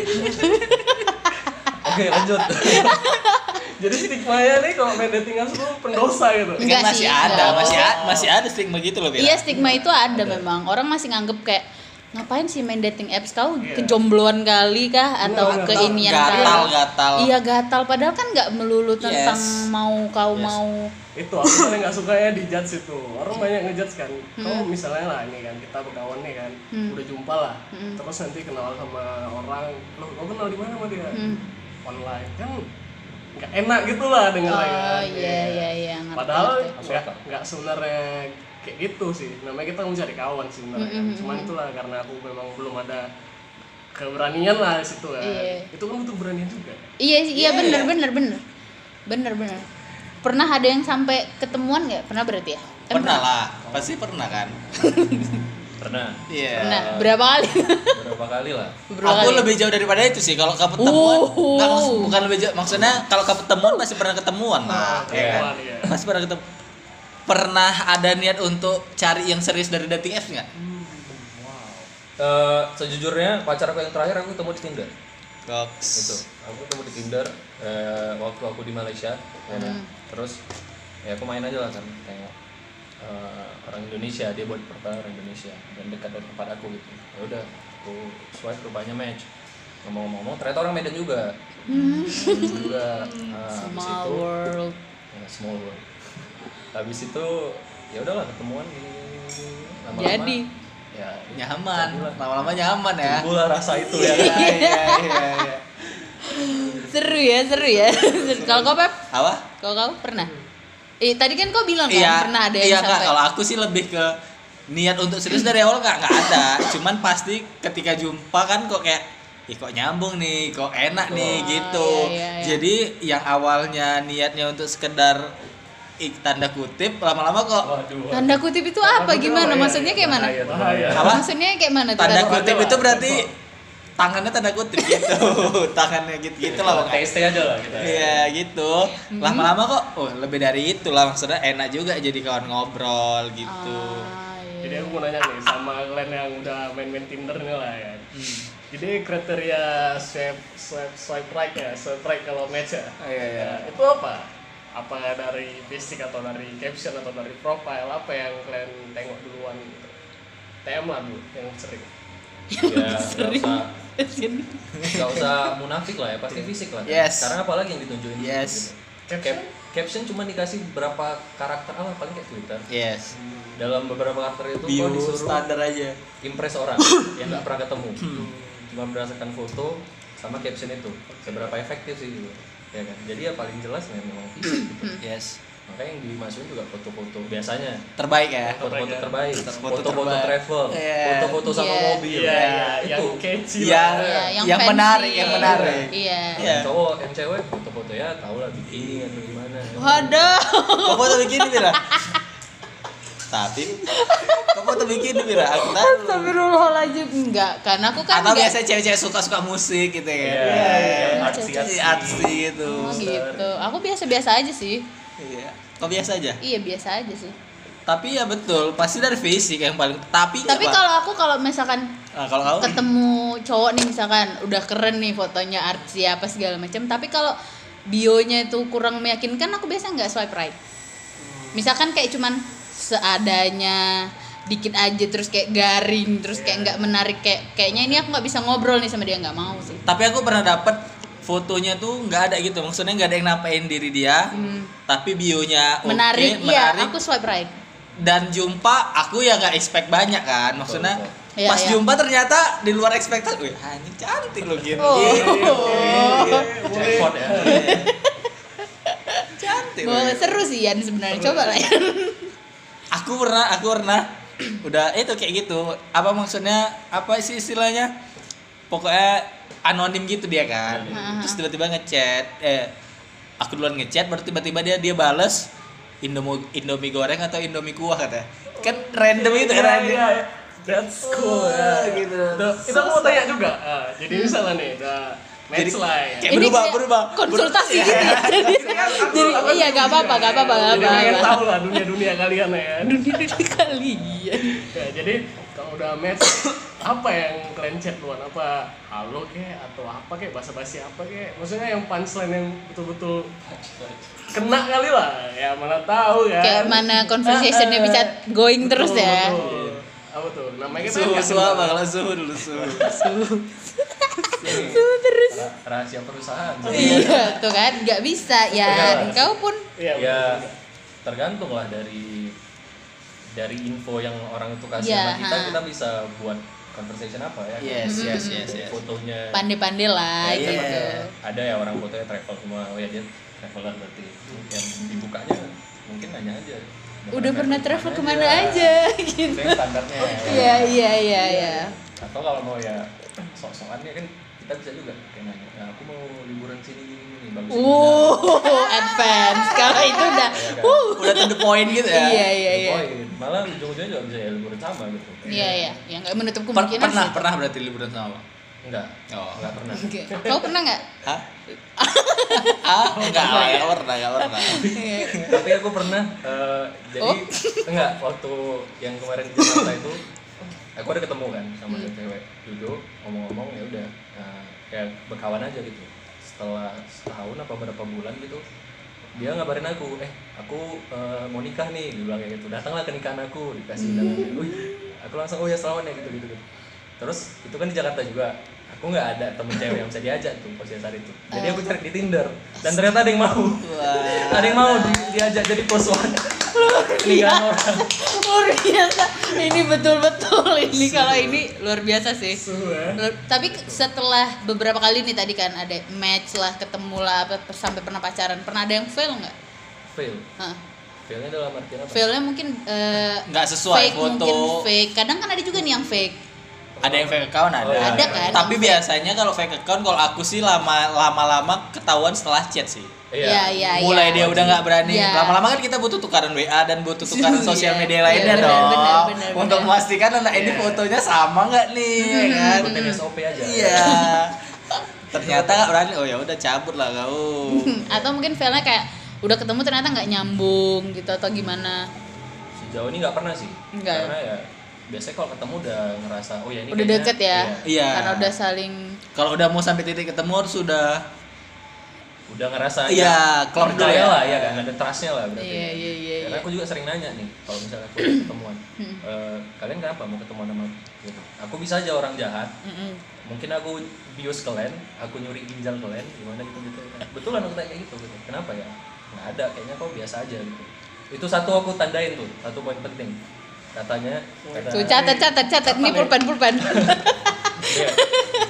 Speaker 3: oke lanjut
Speaker 4: jadi stigmanya nih kalau main dating apps tuh pendosa gitu
Speaker 1: Kan
Speaker 2: Enggak
Speaker 1: masih
Speaker 2: sih,
Speaker 1: ada,
Speaker 2: enggak.
Speaker 1: masih ada, masih ada stigma gitu loh, Bira.
Speaker 2: Iya stigma itu ada, memang. Orang masih nganggep kayak ngapain sih main dating apps kau
Speaker 4: Iya.
Speaker 2: kejombloan kali kah atau
Speaker 4: Enggak,
Speaker 2: keinian
Speaker 1: gatal,
Speaker 2: kali?
Speaker 1: gatal.
Speaker 2: Iya gatal padahal kan nggak melulu tentang
Speaker 1: Yes.
Speaker 2: mau kau
Speaker 1: Yes.
Speaker 2: mau
Speaker 4: itu aku paling nggak suka ya di judge itu orang banyak ngejudge kan
Speaker 2: Hmm.
Speaker 4: kalau misalnya lah ini kan kita berkawan nih kan udah jumpa lah
Speaker 2: Hmm.
Speaker 4: terus nanti kenal sama orang lo kau kenal di mana sama dia
Speaker 2: Hmm.
Speaker 4: online kan nggak enak gitu lah dengarnya
Speaker 2: Oh
Speaker 4: kan.
Speaker 2: iya iya iya ngerti.
Speaker 4: Padahal
Speaker 2: ngerti.
Speaker 4: nggak nggak sebenarnya kayak gitu sih. Namanya kita mencari kawan sih sebenarnya.
Speaker 2: Hmm,
Speaker 4: kan. Cuman itulah karena aku memang belum ada keberanian lah di situ kan.
Speaker 2: Iya.
Speaker 4: Itu kan butuh keberanian juga.
Speaker 2: Iya sih, iya bener bener bener bener bener. Pernah ada yang sampai ketemuan nggak? Pernah berarti ya? Eh,
Speaker 1: Pernah lah, pasti pernah kan?
Speaker 3: pernah
Speaker 1: Iya.
Speaker 2: Pernah. Berapa kali?
Speaker 3: beberapa kali lah
Speaker 2: Berapa
Speaker 1: Aku
Speaker 2: kali?
Speaker 1: lebih jauh daripada itu sih. Kalau ketemuan,
Speaker 2: Uhuh.
Speaker 1: nggak, maksud- bukan lebih jauh. Maksudnya kalau ketemuan masih pernah ketemuan lah, ya kan?
Speaker 4: Keberanian, iya.
Speaker 1: Masih pernah ketemu. Pernah ada niat untuk cari yang serius dari dating apps nggak?
Speaker 3: Eh, sejujurnya pacar aku yang terakhir aku ketemu di Tinder
Speaker 1: Goks.
Speaker 3: itu aku ketemu di Tinder eh, waktu aku di Malaysia ya kan?
Speaker 2: Hmm.
Speaker 3: terus ya aku main aja lah kan tengok eh, orang Indonesia dia buat pertama orang Indonesia dan dekat dari tempat aku gitu ya udah aku swipe rupanya match ngomong-ngomong ternyata orang Medan juga Medan juga nah, habis
Speaker 2: Hmm. Small
Speaker 3: itu
Speaker 2: world.
Speaker 3: ya, small world habis itu ya udahlah ketemuan gini, gini, gini, gini. lama-lama
Speaker 2: Jadi.
Speaker 3: ya
Speaker 1: Nyaman,
Speaker 3: jadilah.
Speaker 1: lama-lama nyaman ya.
Speaker 3: timbullah rasa itu ya kan?
Speaker 1: Iya, iya, iya, iya.
Speaker 2: Seru ya, seru ya. Seru. Kalau kau Pep,
Speaker 1: Apa?
Speaker 2: kalau kau pernah? Eh, tadi kan kau bilang
Speaker 1: Iya,
Speaker 2: kan pernah ada
Speaker 1: iya
Speaker 2: yang
Speaker 1: kak.
Speaker 2: sampai.
Speaker 1: Kalau aku sih lebih ke niat untuk serius dari awal nggak nggak ada. Cuman pasti ketika jumpa kan kok kayak, ih kok nyambung nih, kok enak nih
Speaker 2: Oh,
Speaker 1: gitu.
Speaker 2: iya, iya, iya.
Speaker 1: Jadi yang awalnya niatnya untuk sekedar ik, tanda kutip, lama-lama kok
Speaker 3: waduh ya.
Speaker 2: Tanda kutip itu apa
Speaker 4: kutip
Speaker 2: gimana?
Speaker 4: apa ya?
Speaker 2: Maksudnya kayak mana?
Speaker 3: bahaya, tuh,
Speaker 4: Bahaya.
Speaker 3: bahaya.
Speaker 1: Iya, apa?
Speaker 2: Maksudnya kayak mana tuh?
Speaker 1: Tanda
Speaker 2: tadi?
Speaker 1: kutip
Speaker 4: aja
Speaker 1: itu
Speaker 4: lah,
Speaker 1: berarti tangannya tanda kutip gitu, tangannya gitu gitu lah pokoknya.
Speaker 3: TST aja lah kita.
Speaker 1: Iya gitu.
Speaker 2: Mm-hmm.
Speaker 1: Lama-lama kok, oh lebih dari itu lah maksudnya enak juga jadi kawan ngobrol gitu.
Speaker 2: Ah, iya.
Speaker 4: Jadi aku mau nanya nih sama kalian yang udah main-main Tinder nih lah kan. Jadi kriteria swipe swipe swipe right ya, swipe right kalau match ya.
Speaker 1: iya, iya.
Speaker 4: Nah, itu apa? Apa dari basic atau dari caption atau dari profile apa yang kalian tengok duluan gitu? TM lah dulu yang sering.
Speaker 3: Ya, nggak usah nggak usah munafik lah ya, pasti fisik lah. kan.
Speaker 1: Iya. Yes.
Speaker 3: Karena apalagi yang ditunjukin?
Speaker 1: Yes.
Speaker 4: Caption?
Speaker 3: Cap- caption cuma dikasih berapa karakter apa paling kayak Twitter.
Speaker 1: Yes.
Speaker 3: Dalam beberapa karakter itu
Speaker 1: Bio
Speaker 3: kau disuruh
Speaker 1: standar aja.
Speaker 3: impress orang yang nggak pernah ketemu.
Speaker 1: Hmm.
Speaker 3: cuma berdasarkan foto sama caption itu. Seberapa efektif sih gitu. Ya kan? Jadi ya paling jelas ya memang fisik gitu.
Speaker 2: Hmm.
Speaker 1: Yes.
Speaker 3: Makanya yang dimasukin juga foto-foto biasanya
Speaker 1: Terbaik ya.
Speaker 3: foto-foto terbaik,
Speaker 1: Foto-foto
Speaker 3: foto-foto
Speaker 1: terbaik.
Speaker 3: travel,
Speaker 1: Iya.
Speaker 3: foto-foto sama
Speaker 2: Iya.
Speaker 3: mobil,
Speaker 4: Iya, iya, yang
Speaker 3: itu.
Speaker 4: catchy
Speaker 1: Yang
Speaker 4: lah. ya.
Speaker 2: Iya,
Speaker 1: yang
Speaker 2: fancy.
Speaker 1: menarik, yang menarik.
Speaker 2: Iya.
Speaker 1: Iya.
Speaker 3: Yang cowok, yang cewek foto-foto ya tau lah bikini atau gimana.
Speaker 2: Waduh.
Speaker 1: Kau foto begini Mira. Tapi kau foto begini Mira. Aku tahu.
Speaker 2: Astagfirullahaladzim Enggak, karena aku kan
Speaker 1: Atau
Speaker 2: enggak
Speaker 1: biasanya cewek-cewek suka suka musik gitu ya.
Speaker 3: Iya, yang
Speaker 1: Iya.
Speaker 3: artsy-artsy.
Speaker 1: Artsy gitu.
Speaker 2: Oh gitu. Aku biasa-biasa aja sih.
Speaker 1: Iya. Kau biasa aja.
Speaker 2: Iya, biasa aja sih.
Speaker 1: Tapi ya betul, pasti dari fisik yang paling. Tapi
Speaker 2: Tapi
Speaker 1: apa?
Speaker 2: kalau aku kalau misalkan
Speaker 1: Nah, kalau kau
Speaker 2: ketemu cowok nih misalkan udah keren nih fotonya artsy apa segala macam tapi kalau bionya itu kurang meyakinkan aku biasa nggak swipe right misalkan kayak cuman seadanya dikit aja terus kayak garing terus
Speaker 1: Iya.
Speaker 2: kayak nggak menarik kayak kayaknya ini aku nggak bisa ngobrol nih sama dia nggak mau sih
Speaker 1: tapi aku pernah dapet fotonya tuh nggak ada gitu maksudnya nggak ada yang nampain diri dia tapi bionya oke
Speaker 2: Hmm. menarik iya
Speaker 1: menarik
Speaker 2: aku swipe right
Speaker 1: dan jumpa aku ya nggak expect banyak kan maksudnya
Speaker 3: betul.
Speaker 2: Iya,
Speaker 1: pas
Speaker 2: iya.
Speaker 1: jumpa ternyata di luar ekspektasi wih anjing cantik loh gitu
Speaker 2: oh,
Speaker 3: Jackpot ya.
Speaker 1: cantik loh,
Speaker 2: Boleh.
Speaker 1: gitu.
Speaker 2: seru sih Yan sebenarnya coba lah Yan.
Speaker 1: aku pernah aku pernah udah itu kayak gitu apa maksudnya apa sih istilahnya pokoknya anonim gitu dia kan
Speaker 2: Aha.
Speaker 4: Hmm.
Speaker 1: terus tiba-tiba ngechat eh aku duluan ngechat baru tiba-tiba dia dia bales Indomie, Indomie goreng atau Indomie kuah katanya kan random itu
Speaker 4: Iya,
Speaker 1: random
Speaker 4: iya, iya. That's cool.
Speaker 2: Oh,
Speaker 1: Wah,
Speaker 4: ya.
Speaker 1: gitu.
Speaker 4: Tuh, Kita mau tanya juga. Ah, jadi misalnya nih, udah match lah ya.
Speaker 1: kayak berubah,
Speaker 2: kayak
Speaker 1: berubah. Iya,
Speaker 2: konsultasi gitu ya. jadi, jadi iya gak apa-apa gak apa-apa gak
Speaker 4: Jadi pengen
Speaker 2: apa-apa
Speaker 4: tahu lah dunia-dunia kalian lah ya.
Speaker 2: kalian
Speaker 4: Ya, jadi kalau udah match apa yang kalian chat duluan apa halo kek atau apa kek bahasa basi apa kek maksudnya yang punchline yang betul-betul kena kali lah ya mana tahu kan
Speaker 2: kayak mana conversationnya
Speaker 4: Eh, eh.
Speaker 2: bisa going
Speaker 4: Betul,
Speaker 2: terus ya
Speaker 4: betul. apa tuh namanya kita
Speaker 1: suhu
Speaker 4: nggak
Speaker 1: suhu
Speaker 4: kenal.
Speaker 1: apa kalau suhu dulu suhu
Speaker 3: Ra- Rahasia perusahaan.
Speaker 2: iya tuh kan nggak bisa ya
Speaker 3: Iya.
Speaker 2: kau pun
Speaker 4: Iya,
Speaker 3: ya tergantung lah dari dari info yang orang itu kasih
Speaker 2: Iya,
Speaker 3: sama kita
Speaker 2: ha. Iya.
Speaker 3: kita bisa buat conversation apa ya kan?
Speaker 1: yes yes yes yes
Speaker 3: fotonya
Speaker 2: pandai-pandai lah
Speaker 1: Iya.
Speaker 2: gitu
Speaker 3: ada ya orang fotonya travel semua oh ya dia traveler berarti yang dibukanya mungkin nanya aja
Speaker 2: udah pernah travel kemana aja
Speaker 3: itu
Speaker 2: gitu
Speaker 3: yang standarnya ya.
Speaker 2: iya iya iya iya
Speaker 3: atau kalau mau ya sok-sokan ya kan kita bisa juga kayak nanya nah, aku mau liburan sini gini gini bagus di
Speaker 2: uh
Speaker 3: mana?"
Speaker 2: advance kalau itu udah
Speaker 3: Ya kan?
Speaker 2: uh
Speaker 1: udah to the point gitu ya
Speaker 2: iya iya iya
Speaker 3: Oh, iya. malah ujung-ujungnya juga bisa ya liburan sama gitu
Speaker 2: iya iya ya nggak menutup
Speaker 1: Per-
Speaker 2: kemungkinan
Speaker 1: pernah
Speaker 2: sih.
Speaker 1: pernah berarti liburan sama abang?
Speaker 3: enggak
Speaker 1: Oh.
Speaker 3: enggak pernah
Speaker 2: Oke. kau pernah nggak
Speaker 1: Hah? Hah? Enggak, lah, enggak pernah, enggak pernah.
Speaker 3: tapi aku pernah eh, jadi enggak waktu yang kemarin di Jakarta itu aku ada ketemu kan sama ada cewek duduk ngomong-ngomong ya udah nah, kayak berkawan aja gitu setelah setahun apa berapa bulan gitu dia ngabarin aku eh aku eh, mau nikah nih dia bilang kayak gitu datanglah ke nikahan aku dikasih undangannya Wih, aku langsung oh ya selamat ya gitu gitu, gitu. terus itu kan di Jakarta juga aku nggak ada temen cewek yang bisa diajak tuh posisi saat itu jadi aku cari di Tinder dan ternyata ada yang mau
Speaker 1: Wah.
Speaker 3: ada yang mau di- diajak jadi poswan
Speaker 2: Iya.
Speaker 3: nikahan kan orang
Speaker 2: luar biasa ini betul-betul ini kalau ini luar biasa sih
Speaker 4: ya.
Speaker 2: Luar- tapi ke- setelah beberapa kali nih tadi kan ada match lah ketemu lah apa per- sampai pernah pacaran pernah ada yang fail nggak
Speaker 3: fail
Speaker 2: Hah.
Speaker 3: failnya dalam artian apa
Speaker 2: failnya mungkin eh,
Speaker 1: Nggak sesuai
Speaker 2: fake,
Speaker 1: foto.
Speaker 2: mungkin fake kadang kan ada juga nih yang fake
Speaker 1: Ada yang fake account ada.
Speaker 3: Oh, iya. Ada
Speaker 2: kan?
Speaker 1: Tapi biasanya kalau fake account kalau aku sih lama lama-lama ketahuan setelah chat sih.
Speaker 3: Iya.
Speaker 2: ya ya ya
Speaker 1: Mulai dia udah nggak berani.
Speaker 2: Iya.
Speaker 1: Lama-lama kan kita butuh tukaran WA dan butuh tukaran
Speaker 2: Iya.
Speaker 1: sosial media
Speaker 2: Iya,
Speaker 1: lainnya
Speaker 2: benar,
Speaker 1: dong.
Speaker 2: benar, benar,
Speaker 1: Untuk
Speaker 2: benar. Ya. Hmm,
Speaker 1: memastikan anak ini fotonya sama nggak nih, ya kan?
Speaker 3: Ikutin SOP aja
Speaker 1: Iya. Ternyata nggak berani. Oh ya udah cabut lah kau.
Speaker 2: Hmm, atau mungkin failnya kayak udah ketemu ternyata nggak nyambung gitu atau gimana
Speaker 3: sejauh ini nggak pernah sih
Speaker 2: Nggak ya?
Speaker 3: karena ya biasanya kalau ketemu udah ngerasa oh ya ini
Speaker 2: udah
Speaker 3: kayaknya-
Speaker 2: deket ya
Speaker 1: Iya.
Speaker 2: karena udah saling
Speaker 1: Kalau udah mau sampai titik ketemu harus sudah
Speaker 3: udah ngerasa
Speaker 1: Iya, klop dulu
Speaker 3: percaya
Speaker 1: ya.
Speaker 3: lah ya kan ada trustnya lah berarti
Speaker 2: Iya, iya, iya,
Speaker 3: karena
Speaker 2: iya. Hmm.
Speaker 3: aku juga sering nanya nih kalau misalnya aku ada ketemuan Eh, kalian kenapa mau ketemuan sama aku Gitu. aku bisa aja orang jahat
Speaker 2: Mm-mm.
Speaker 3: mungkin aku bius kalian aku nyuri ginjal kalian gimana gitu gitu betulan aku tanya kayak gitu, gitu. kenapa ya nggak ada kayaknya kau biasa aja gitu itu satu aku tandain tuh satu poin penting katanya
Speaker 1: Nah,
Speaker 3: kata-
Speaker 2: Tuh catat catat catat nih pulpen pulpen.
Speaker 3: Iya.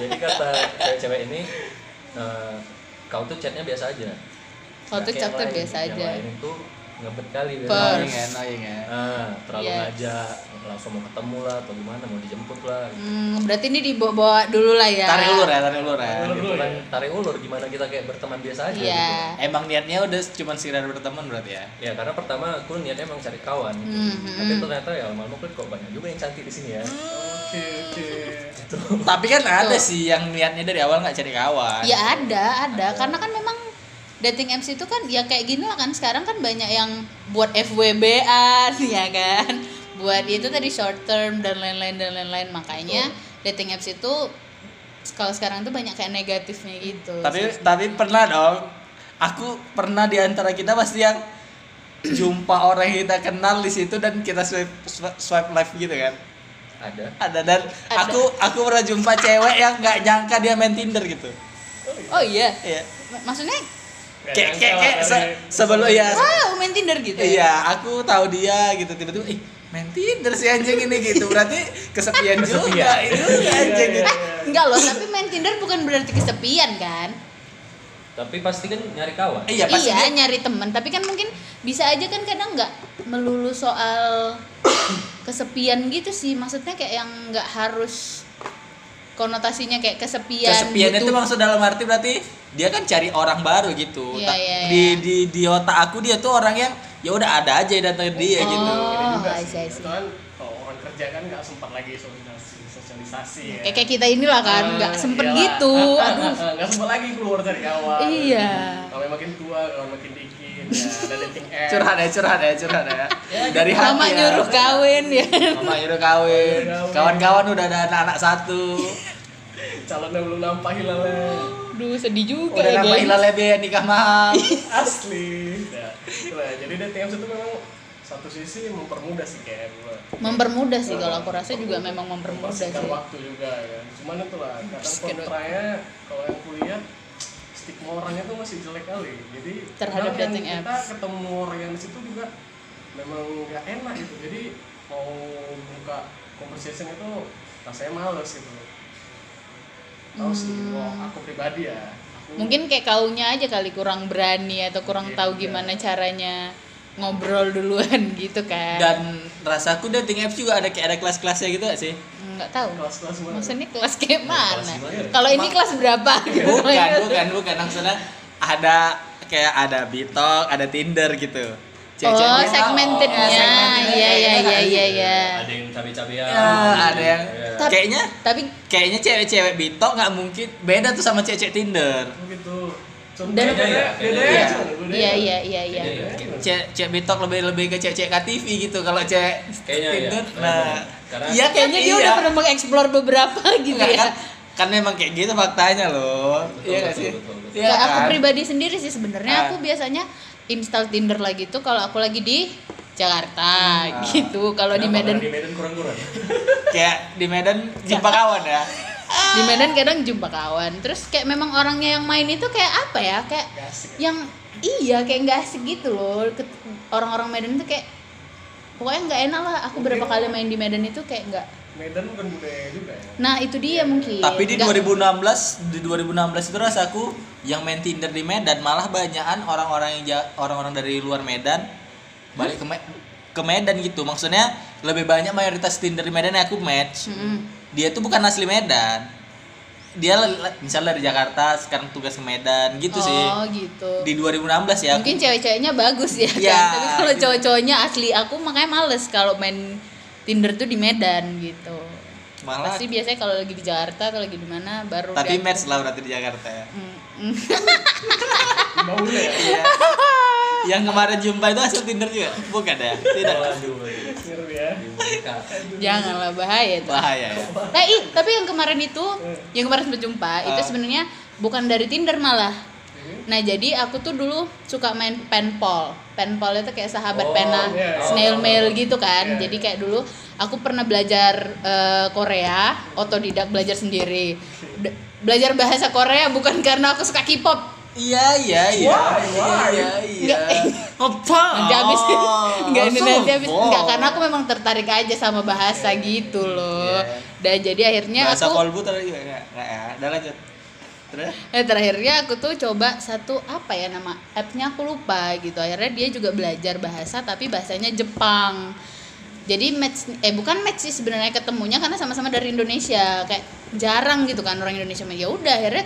Speaker 3: jadi kata cewek-cewek ini eh, kau tuh chatnya biasa aja
Speaker 2: Kau tuh
Speaker 3: Nggak kayak yang
Speaker 2: chatnya
Speaker 3: lain.
Speaker 2: biasa
Speaker 3: yang
Speaker 2: aja.
Speaker 3: lain itu ngebet kali biasa.
Speaker 2: Per-
Speaker 1: Annoying ya, annoying ya.
Speaker 3: Ah, terlalu
Speaker 2: Yes.
Speaker 3: ngajak langsung mau ketemu lah atau gimana mau dijemput lah gitu.
Speaker 2: Hmm, berarti ini dibawa-bawa dulu lah ya.
Speaker 1: Tarik ulur ya, tarik ulur ya.
Speaker 4: Tarik ulur.
Speaker 3: Gitu kan tarik ulur gimana kita kayak berteman biasa aja
Speaker 2: Iya.
Speaker 3: gitu.
Speaker 1: Emang niatnya udah cuma sekedar berteman berarti ya.
Speaker 3: Ya karena pertama aku niatnya emang cari kawan, gitu.
Speaker 2: Mhm.
Speaker 3: tapi ternyata ya lama-lama kan kok banyak juga yang cantik di sini ya.
Speaker 2: Mm.
Speaker 4: Oke oke.
Speaker 1: Tapi kan ada sih yang niatnya dari awal nggak cari kawan.
Speaker 2: Ya ada, ada. Karena kan memang dating apps itu kan ya kayak gini lah kan sekarang kan banyak yang buat FWB-an ya kan. Buat itu tadi short term dan lain-lain dan lain-lain makanya dating apps itu kalau sekarang tuh banyak kayak negatifnya gitu.
Speaker 1: Tapi tapi pernah dong. Aku pernah di antara kita pasti yang jumpa orang yang kita kenal di situ dan kita swipe swipe, swipe live gitu kan.
Speaker 3: Ada.
Speaker 1: Ada dan
Speaker 2: Ada.
Speaker 1: aku aku pernah jumpa cewek yang nggak nyangka dia main Tinder gitu.
Speaker 2: Oh iya.
Speaker 1: Iya.
Speaker 2: M- Maksudnya
Speaker 1: Kayak kayak kayak se- sebelum ya
Speaker 2: wow, main Tinder gitu. ya?
Speaker 1: Iya, aku tahu dia gitu tiba-tiba ih main Tinder si anjing ini gitu. Berarti kesepian juga
Speaker 3: Kesepian.
Speaker 1: itu si anjing gitu.
Speaker 4: Iya, iya.
Speaker 2: Eh, Enggak loh, tapi main Tinder bukan berarti kesepian kan?
Speaker 3: Tapi pasti kan nyari kawan.
Speaker 1: Iya, pasti
Speaker 2: iya
Speaker 1: dia-
Speaker 2: nyari teman tapi kan mungkin bisa aja kan kadang nggak melulu soal kesepian gitu sih maksudnya kayak yang nggak harus konotasinya kayak kesepian gitu.
Speaker 1: kesepian itu
Speaker 2: butuh-
Speaker 1: maksud dalam arti berarti dia kan cari orang baru gitu.
Speaker 2: Iya,
Speaker 1: Ta-
Speaker 2: iya,
Speaker 1: Di
Speaker 2: iya.
Speaker 1: di di otak aku dia tuh orang yang ya udah ada aja datang dia gitu.
Speaker 2: Oh,
Speaker 4: juga
Speaker 2: I see,
Speaker 4: sih.
Speaker 2: I see.
Speaker 4: Kebetulan kalau orang kerja kan nggak sempat lagi sosialisasi, sosialisasi ya.
Speaker 2: kayak kayak kita inilah kan nggak sempet
Speaker 4: Ah, iyalah.
Speaker 2: gitu
Speaker 4: Ah, ah,
Speaker 2: aduh
Speaker 4: ah, nggak sempet lagi keluar dari kawan
Speaker 2: Iya.
Speaker 4: kalau makin tua kalau makin dingin ya ada dating app
Speaker 1: Curhat ya, curhat ya, curhat ya. Dari hati
Speaker 2: gitu. mama
Speaker 1: ya.
Speaker 2: nyuruh kawin ya
Speaker 1: Mama nyuruh kawin.
Speaker 4: Kawin.
Speaker 1: Kawan-kawan udah ada anak-anak satu.
Speaker 4: calonnya belum nampak hilalnya
Speaker 2: aduh sedih juga
Speaker 1: udah
Speaker 2: ya
Speaker 1: nambah
Speaker 2: guys
Speaker 1: hilal lebe nikah mahal.
Speaker 4: asli nah, nah, jadi dating apps itu memang satu sisi mempermudah sih kayak gue
Speaker 2: mempermudah sih kalau aku rasa juga memang mempermudah sih Hmm,
Speaker 4: mempersingkat waktu juga ya cuman itulah kadang
Speaker 2: Sekedar-
Speaker 4: kontranya kalau yang kulihat stigma orangnya tuh masih jelek kali jadi
Speaker 2: Terhadap
Speaker 4: kadang
Speaker 2: dating
Speaker 4: yang kita
Speaker 2: apps.
Speaker 4: ketemu orang yang di situ juga memang nggak enak gitu jadi mau buka conversation itu rasanya males gitu tahu sih kalau aku pribadi ya aku
Speaker 2: Hmm. mungkin kayak kaunya aja kali kurang berani atau kurang tahu gimana caranya ngobrol duluan gitu kan
Speaker 1: Dan rasaku dating apps juga ada kayak ada kelas-kelasnya gitu gak sih?
Speaker 2: nggak tahu
Speaker 4: kelas-kelas mana
Speaker 2: maksudnya kelas kayak mana
Speaker 3: gimana?
Speaker 2: kalau ini kelas berapa gitu
Speaker 1: ya? bukan bukan bukan maksudnya ada kayak ada Bitok, ada Tinder gitu.
Speaker 2: oh
Speaker 1: Cewek-cewek
Speaker 2: segmentednya
Speaker 1: Oh, segmentednya
Speaker 2: iya iya
Speaker 1: kayak
Speaker 2: iya
Speaker 1: gitu.
Speaker 2: iya iya Ah,
Speaker 3: Ada yang cabai-cabian.
Speaker 1: Ya, ada yang
Speaker 3: Iya.
Speaker 2: Tapi-
Speaker 1: kayaknya
Speaker 2: tapi
Speaker 1: kayaknya cewek-cewek Bitok nggak mungkin beda tuh sama cewek-cewek Tinder.
Speaker 4: begitu
Speaker 2: Dan-
Speaker 4: contohnya beda beda
Speaker 1: Iya.
Speaker 4: ya
Speaker 2: iya iya iya iya
Speaker 3: Iya, iya.
Speaker 1: Cewek cewek Bitok lebih lebih ke cewek-cewek KTV gitu kalau cewek
Speaker 3: Kayaknya iya.
Speaker 1: Tinder.
Speaker 3: Kayaknya
Speaker 1: Nah,
Speaker 3: iya. Karena-
Speaker 1: iya
Speaker 2: kayaknya dia udah pernah mengeksplor beberapa gitu
Speaker 1: Nggak, kan,
Speaker 2: ya
Speaker 1: kan memang kayak gitu faktanya loh.
Speaker 3: Betul,
Speaker 1: iya nggak
Speaker 3: betul,
Speaker 1: sih?
Speaker 3: betul, betul.
Speaker 1: Iya
Speaker 2: Nggak, aku
Speaker 1: kan?
Speaker 2: pribadi sendiri sih sebenarnya
Speaker 1: Ah.
Speaker 2: aku biasanya install Tinder lagi tuh kalau aku lagi di Jakarta
Speaker 1: Hmm, ah.
Speaker 2: gitu kalau di
Speaker 3: Kenapa? Karena
Speaker 2: Medan
Speaker 3: di Medan kurang-kurang.
Speaker 1: Kayak di Medan jumpa kawan ya.
Speaker 2: di Medan kadang jumpa kawan terus kayak memang orangnya yang main itu kayak apa ya kayak
Speaker 4: Nggak asik ya.
Speaker 2: yang iya kayak nggak asik gitu loh Ket- orang-orang Medan itu kayak pokoknya nggak enak lah aku berapa kali main di Medan itu kayak nggak
Speaker 4: Medan bukan budaya juga ya
Speaker 2: nah itu dia mungkin
Speaker 1: Tapi di
Speaker 2: Nggak-
Speaker 1: 2016 di 2016 itu rasaku yang main Tinder di Medan malah banyakan orang-orang yang ja- orang-orang dari luar Medan balik ke Me- ke Medan gitu. Maksudnya lebih banyak mayoritas Tinder di Medan yang aku match.
Speaker 2: Mm-mm.
Speaker 1: Dia tuh bukan asli Medan. Dia le- le- misalnya dari Jakarta sekarang tugas ke Medan gitu sih.
Speaker 2: oh gitu
Speaker 1: Di 2016 ya. aku-
Speaker 2: mungkin cewek-ceweknya bagus ya kan?
Speaker 1: Ya,
Speaker 2: tapi kalau
Speaker 1: gitu.
Speaker 2: cowok-cowoknya asli aku makanya males kalau main Tinder tuh di Medan gitu
Speaker 1: malah
Speaker 2: pasti biasanya kalau lagi di Jakarta atau lagi di mana baru kan?
Speaker 1: tapi
Speaker 2: dia-
Speaker 1: match lah berarti di Jakarta ya.
Speaker 2: Hmm. Mm-mm.
Speaker 4: bau ya
Speaker 1: Iya. yang kemarin jumpa itu hasil Tinder juga? Bukan ya? Tidak.
Speaker 3: Waduh.
Speaker 4: Ngirim ya
Speaker 3: Dibuka.
Speaker 2: janganlah bahaya itu
Speaker 1: Bahaya ya.
Speaker 2: Nah,
Speaker 4: Hmm.
Speaker 2: ih, tapi yang kemarin itu, yang kemarin sempat jumpa, itu
Speaker 1: Ah.
Speaker 2: sebenarnya bukan dari Tinder malah.
Speaker 4: Hmm.
Speaker 2: Nah jadi aku tuh dulu suka main penpol. Penpol itu kayak sahabat
Speaker 3: Oh,
Speaker 2: pena,
Speaker 4: iya.
Speaker 2: snail mail gitu kan.
Speaker 4: Iya,
Speaker 2: jadi
Speaker 4: iya.
Speaker 2: kayak dulu aku pernah belajar eh, Korea, otodidak belajar sendiri. Be- belajar bahasa Korea bukan karena aku suka K-pop.
Speaker 1: Iya iya iya.
Speaker 4: Why? Why?
Speaker 1: Iya iya. Oh. Apa?
Speaker 2: Nanti habis
Speaker 4: Oh,
Speaker 2: enggak ini nanti habis
Speaker 1: sombong.
Speaker 2: enggak karena aku memang tertarik aja sama bahasa gitu loh.
Speaker 4: Iya.
Speaker 2: Dan jadi akhirnya
Speaker 1: Bahasa
Speaker 2: aku
Speaker 1: kolbu tadi juga enggak enggak ya. Udah lanjut. Terus
Speaker 2: Eh terakhirnya aku tuh coba satu apa ya nama app-nya aku lupa gitu. Akhirnya dia juga belajar bahasa tapi bahasanya Jepang. Jadi match eh bukan match sih sebenarnya ketemunya karena sama-sama dari Indonesia. Kayak jarang gitu kan orang Indonesia main. Ya udah akhirnya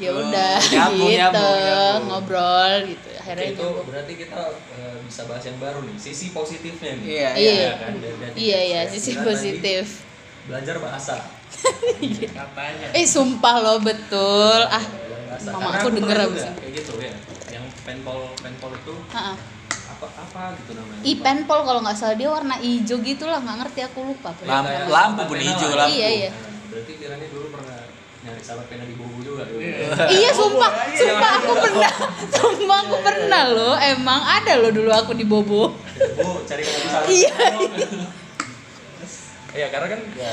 Speaker 2: ya
Speaker 1: Oh,
Speaker 2: udah
Speaker 1: nyambung,
Speaker 2: gitu
Speaker 1: nyambung, nyambung.
Speaker 2: ngobrol gitu. Akhirnya
Speaker 3: Oke, itu
Speaker 2: nyambung.
Speaker 3: berarti kita eh, bisa bahas yang baru nih, sisi positifnya nih.
Speaker 1: Iya,
Speaker 2: iya.
Speaker 3: kan, dari- dari-
Speaker 2: Iya ya,
Speaker 3: dari
Speaker 2: sisi
Speaker 3: kita
Speaker 2: positif.
Speaker 3: tadi Belajar bahasa.
Speaker 4: katanya
Speaker 2: Eh sumpah lo betul. Ah,
Speaker 3: Belajar bahasa.
Speaker 2: Mama
Speaker 3: Karena
Speaker 2: aku denger
Speaker 3: pernah
Speaker 2: abis
Speaker 3: juga
Speaker 2: itu.
Speaker 3: Kayak gitu ya. Yang penpol penpol itu
Speaker 2: ha-ha.
Speaker 3: apa apa gitu namanya.
Speaker 2: Ipenpol kalau nggak salah dia warna hijau gitu lah, nggak ngerti aku lupa.
Speaker 3: Iya,
Speaker 1: Lampu-
Speaker 3: kayak
Speaker 1: lampu
Speaker 3: sahabat
Speaker 1: bunyi
Speaker 3: pena
Speaker 1: hijau,
Speaker 3: lah.
Speaker 1: lampu.
Speaker 2: Iya, iya.
Speaker 3: Nah, Berarti Tirani dulu pernah nyari sahabat pena di Bobo juga dulu.
Speaker 4: Iya.
Speaker 2: iya sumpah
Speaker 4: Oh, iya.
Speaker 2: sumpah aku pernah sumpah aku pernah loh emang ada loh dulu aku di Bobo
Speaker 3: Bu, cari kamu sahabat.
Speaker 2: Iya,
Speaker 3: Iya, karena kan ya,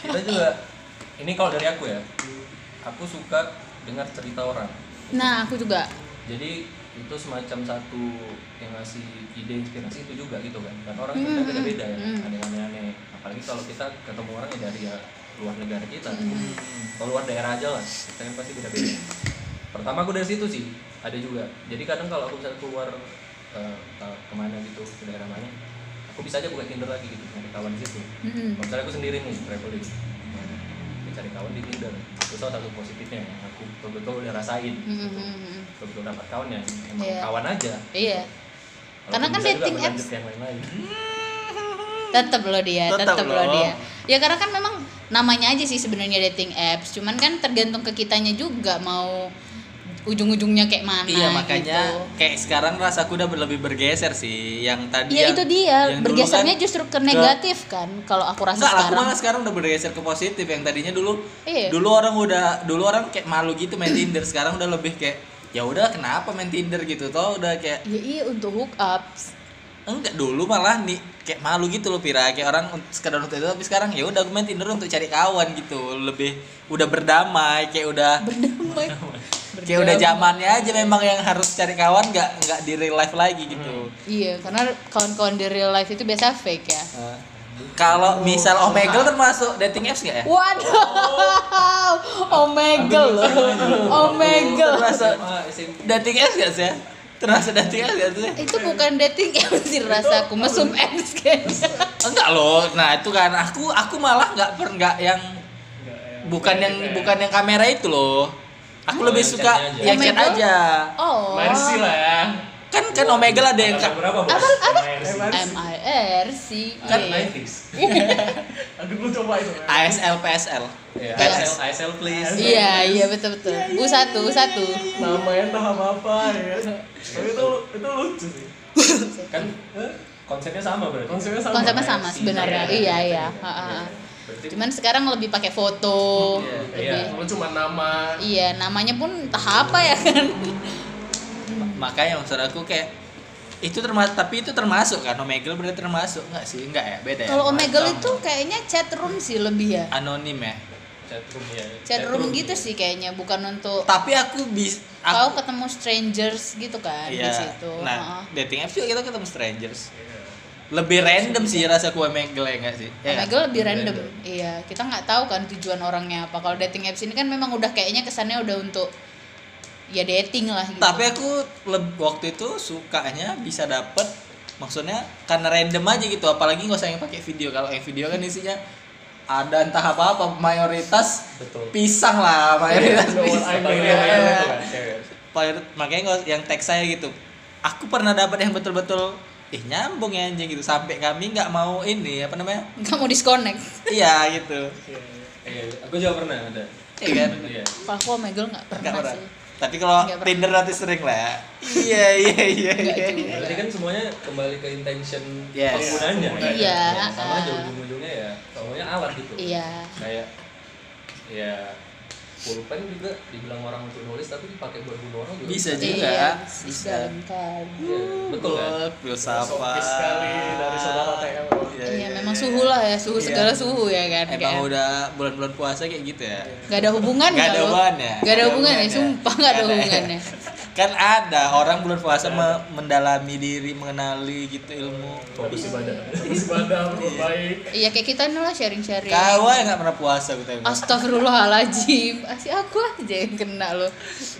Speaker 3: kita juga ini kalau dari aku ya. Aku suka dengar cerita orang.
Speaker 2: nah aku juga
Speaker 3: jadi itu semacam satu yang ngasih ide inspirasi itu juga gitu kan karena orang kita beda beda ya
Speaker 2: Mm.
Speaker 3: ada yang aneh aneh apalagi kalau kita ketemu orang yang dari ya, luar negara kita kalau luar daerah aja lah kita yang pasti beda beda pertama aku dari situ sih ada juga jadi kadang kalau aku misalnya keluar eh, ke- kemana gitu ke daerah mana aku bisa aja buka tinder lagi gitu nyari kawan di situ
Speaker 2: Mm-mm.
Speaker 3: kalau misalnya aku sendiri nih traveling Nah, cari kawan di tinder itu salah satu positifnya yang aku betul betul udah rasain gitu
Speaker 2: Mm-mm.
Speaker 3: betul dapat kawan ya emang
Speaker 2: Iya.
Speaker 3: kawan aja
Speaker 2: iya Karena
Speaker 3: Walaupun
Speaker 2: kan
Speaker 3: bisa juga
Speaker 2: dating
Speaker 3: berlanjut
Speaker 2: apps-
Speaker 3: yang lain-lain
Speaker 2: tetap loh dia
Speaker 1: Tetep
Speaker 2: tetap loh
Speaker 1: loh.
Speaker 2: dia ya karena kan memang namanya aja sih sebenarnya dating apps cuman kan tergantung ke kitanya juga mau ujung-ujungnya kayak mana
Speaker 1: iya makanya
Speaker 2: gitu.
Speaker 1: kayak sekarang rasaku udah lebih bergeser sih yang tadi
Speaker 2: Iya
Speaker 1: yang-
Speaker 2: itu dia
Speaker 1: yang dulu
Speaker 2: bergesernya
Speaker 1: kan-
Speaker 2: justru ke
Speaker 1: ke-
Speaker 2: negatif kan kalau aku rasa
Speaker 1: Enggak lah, aku
Speaker 2: sekarang
Speaker 1: malah sekarang udah bergeser ke positif yang tadinya dulu
Speaker 2: Iya.
Speaker 1: dulu orang udah dulu orang kayak malu gitu main Tinder sekarang udah lebih kayak ya udah kenapa main Tinder gitu toh udah kayak
Speaker 2: ya iya untuk hook ups
Speaker 1: enggak dulu malah nih kayak malu gitu loh Pira kayak orang un- sekedar untuk itu tapi sekarang ya udah aku main Tinder untuk cari kawan gitu lebih udah berdamai kayak udah
Speaker 2: berdamai
Speaker 1: kayak udah
Speaker 2: Berdamai.
Speaker 1: zamannya aja memang yang harus cari kawan nggak nggak di real life lagi gitu
Speaker 2: Iya, karena kawan-kawan di real life itu biasa fake ya.
Speaker 1: Nah, kalau misal Omegle termasuk dating apps nggak ya
Speaker 2: Waduh, omegle loh, omegle.
Speaker 1: termasuk
Speaker 3: Ah, SMP
Speaker 1: dating apps nggak sih ya? termasuk dating apps nggak sih
Speaker 2: Itu bukan dating apps sih rasa aku, mesum apps kayaknya.
Speaker 1: enggak loh nah itu kan aku aku malah nggak per nggak yang
Speaker 4: Enggak, ya.
Speaker 1: bukan yang
Speaker 4: Kayak-
Speaker 1: bukan yang kamera itu loh aku
Speaker 3: Oh,
Speaker 1: lebih
Speaker 3: yang
Speaker 1: suka
Speaker 3: chatnya aja.
Speaker 1: yang chat
Speaker 2: Omegle?
Speaker 1: aja
Speaker 2: Oh,
Speaker 4: Mercy lah ya
Speaker 1: kan kan Omegle ada yang
Speaker 3: Angkatan Nah. berapa bos?
Speaker 4: Mercy.
Speaker 2: MIRC.
Speaker 3: Kan
Speaker 2: iya.
Speaker 3: 90s
Speaker 4: aduh gue coba itu ya.
Speaker 1: ASL PSL
Speaker 3: Iya,
Speaker 2: Yes.
Speaker 3: ASL, ASL please
Speaker 2: Iya, iya betul betul. U1, U1.
Speaker 4: namanya entah apa apa ya tapi itu itu lucu sih
Speaker 3: kan eh, konsepnya sama berarti
Speaker 4: konsepnya sama Ya.
Speaker 2: Konsepnya sama
Speaker 3: Iya,
Speaker 2: sebenarnya.
Speaker 3: iya,
Speaker 2: Iya,
Speaker 3: iya.
Speaker 2: iya. Ha, ha, ha.
Speaker 3: Berarti
Speaker 2: Cuman sekarang lebih pakai foto.
Speaker 3: iya.
Speaker 4: Kalau cuma nama
Speaker 2: Iya, namanya pun entah apa ya kan.
Speaker 1: makanya maksud aku kayak itu termasuk tapi itu termasuk kan Omegle berarti termasuk nggak sih nggak ya beda ya
Speaker 2: Kalau omegle
Speaker 3: macam.
Speaker 2: itu kayaknya chat room sih lebih ya.
Speaker 1: anonim ya
Speaker 3: chatroom ya
Speaker 2: Chatroom gitu sih kayaknya, bukan untuk
Speaker 1: tapi aku bis
Speaker 2: kau
Speaker 1: aku
Speaker 2: ketemu strangers gitu kan di situ.
Speaker 1: nah
Speaker 2: Heeh.
Speaker 1: dating apps juga kita ketemu strangers lebih random sih rasa aku Omegle ya nggak sih
Speaker 2: Omegle
Speaker 1: ya kan?
Speaker 2: lebih random.
Speaker 3: Random.
Speaker 2: Iya, kita nggak tahu kan tujuan orangnya apa. Kalau dating apps ini kan memang udah kayaknya kesannya udah untuk ya dating lah gitu.
Speaker 1: tapi aku leb- waktu itu sukanya bisa dapet maksudnya karena random aja gitu apalagi nggak usah yang pakai video kalau yang video kan isinya ada entah apa apa mayoritas
Speaker 3: Betul. Oh,
Speaker 1: pisang lah mayoritas
Speaker 4: Know what
Speaker 1: pisang.
Speaker 4: I mean.
Speaker 3: Apalagi yang lain-lain
Speaker 4: ya.
Speaker 1: Iya.
Speaker 3: tuh kan, cewek.
Speaker 1: Mayor- Iya. makanya nggak yang teks saya gitu aku pernah dapat yang betul-betul eh nyambung ya anjing gitu sampai kami nggak mau ini apa namanya
Speaker 2: nggak mau disconnect.
Speaker 1: iya gitu
Speaker 3: Iya, aku juga pernah ada
Speaker 1: iya kan
Speaker 3: iya
Speaker 2: Kalau aku Omegle nggak
Speaker 1: nggak
Speaker 2: pernah,
Speaker 1: pernah
Speaker 2: sih.
Speaker 1: tapi kalau
Speaker 2: Nggak pernah.
Speaker 1: Tinder nanti sering lah ya. iya iya iya
Speaker 2: Nggak
Speaker 1: iya
Speaker 2: juga.
Speaker 3: berarti kan semuanya kembali ke intention
Speaker 1: Yes.
Speaker 3: penggunanya kan?
Speaker 2: Iya.
Speaker 3: Ya, sama aja ujung-ujungnya ya semuanya alat gitu
Speaker 2: Iya.
Speaker 3: kayak ya pulpen juga dibilang orang untuk nulis tapi dipakai buat bunuh orang juga
Speaker 1: bisa
Speaker 2: Iya,
Speaker 1: juga
Speaker 2: bisa lengkap.
Speaker 3: Iya, betul kan
Speaker 1: Betul, filsafat.
Speaker 4: Sopis sekali dari saudara TM.
Speaker 2: Iya, memang suhu lah ya, suhu
Speaker 1: Iya.
Speaker 2: segala suhu ya kan.
Speaker 1: Emang udah bulan-bulan puasa kayak gitu ya.
Speaker 4: Iya.
Speaker 2: Gak ada hubungan
Speaker 1: Nggak ada hubungannya.
Speaker 2: Gak ada hubungannya, sumpah gak ada ya. hubungannya.
Speaker 1: kan ada orang bulan
Speaker 4: Iya.
Speaker 1: puasa me- mendalami diri, mengenali gitu ilmu.
Speaker 3: fokus ibadah
Speaker 4: Terus badan baik.
Speaker 2: Iya kayak kita nih lah sharing-sharing.
Speaker 1: Kawa yang nggak pernah puasa gue tengok.
Speaker 2: Astagfirullahaladzim, asih aku aja yang kena loh.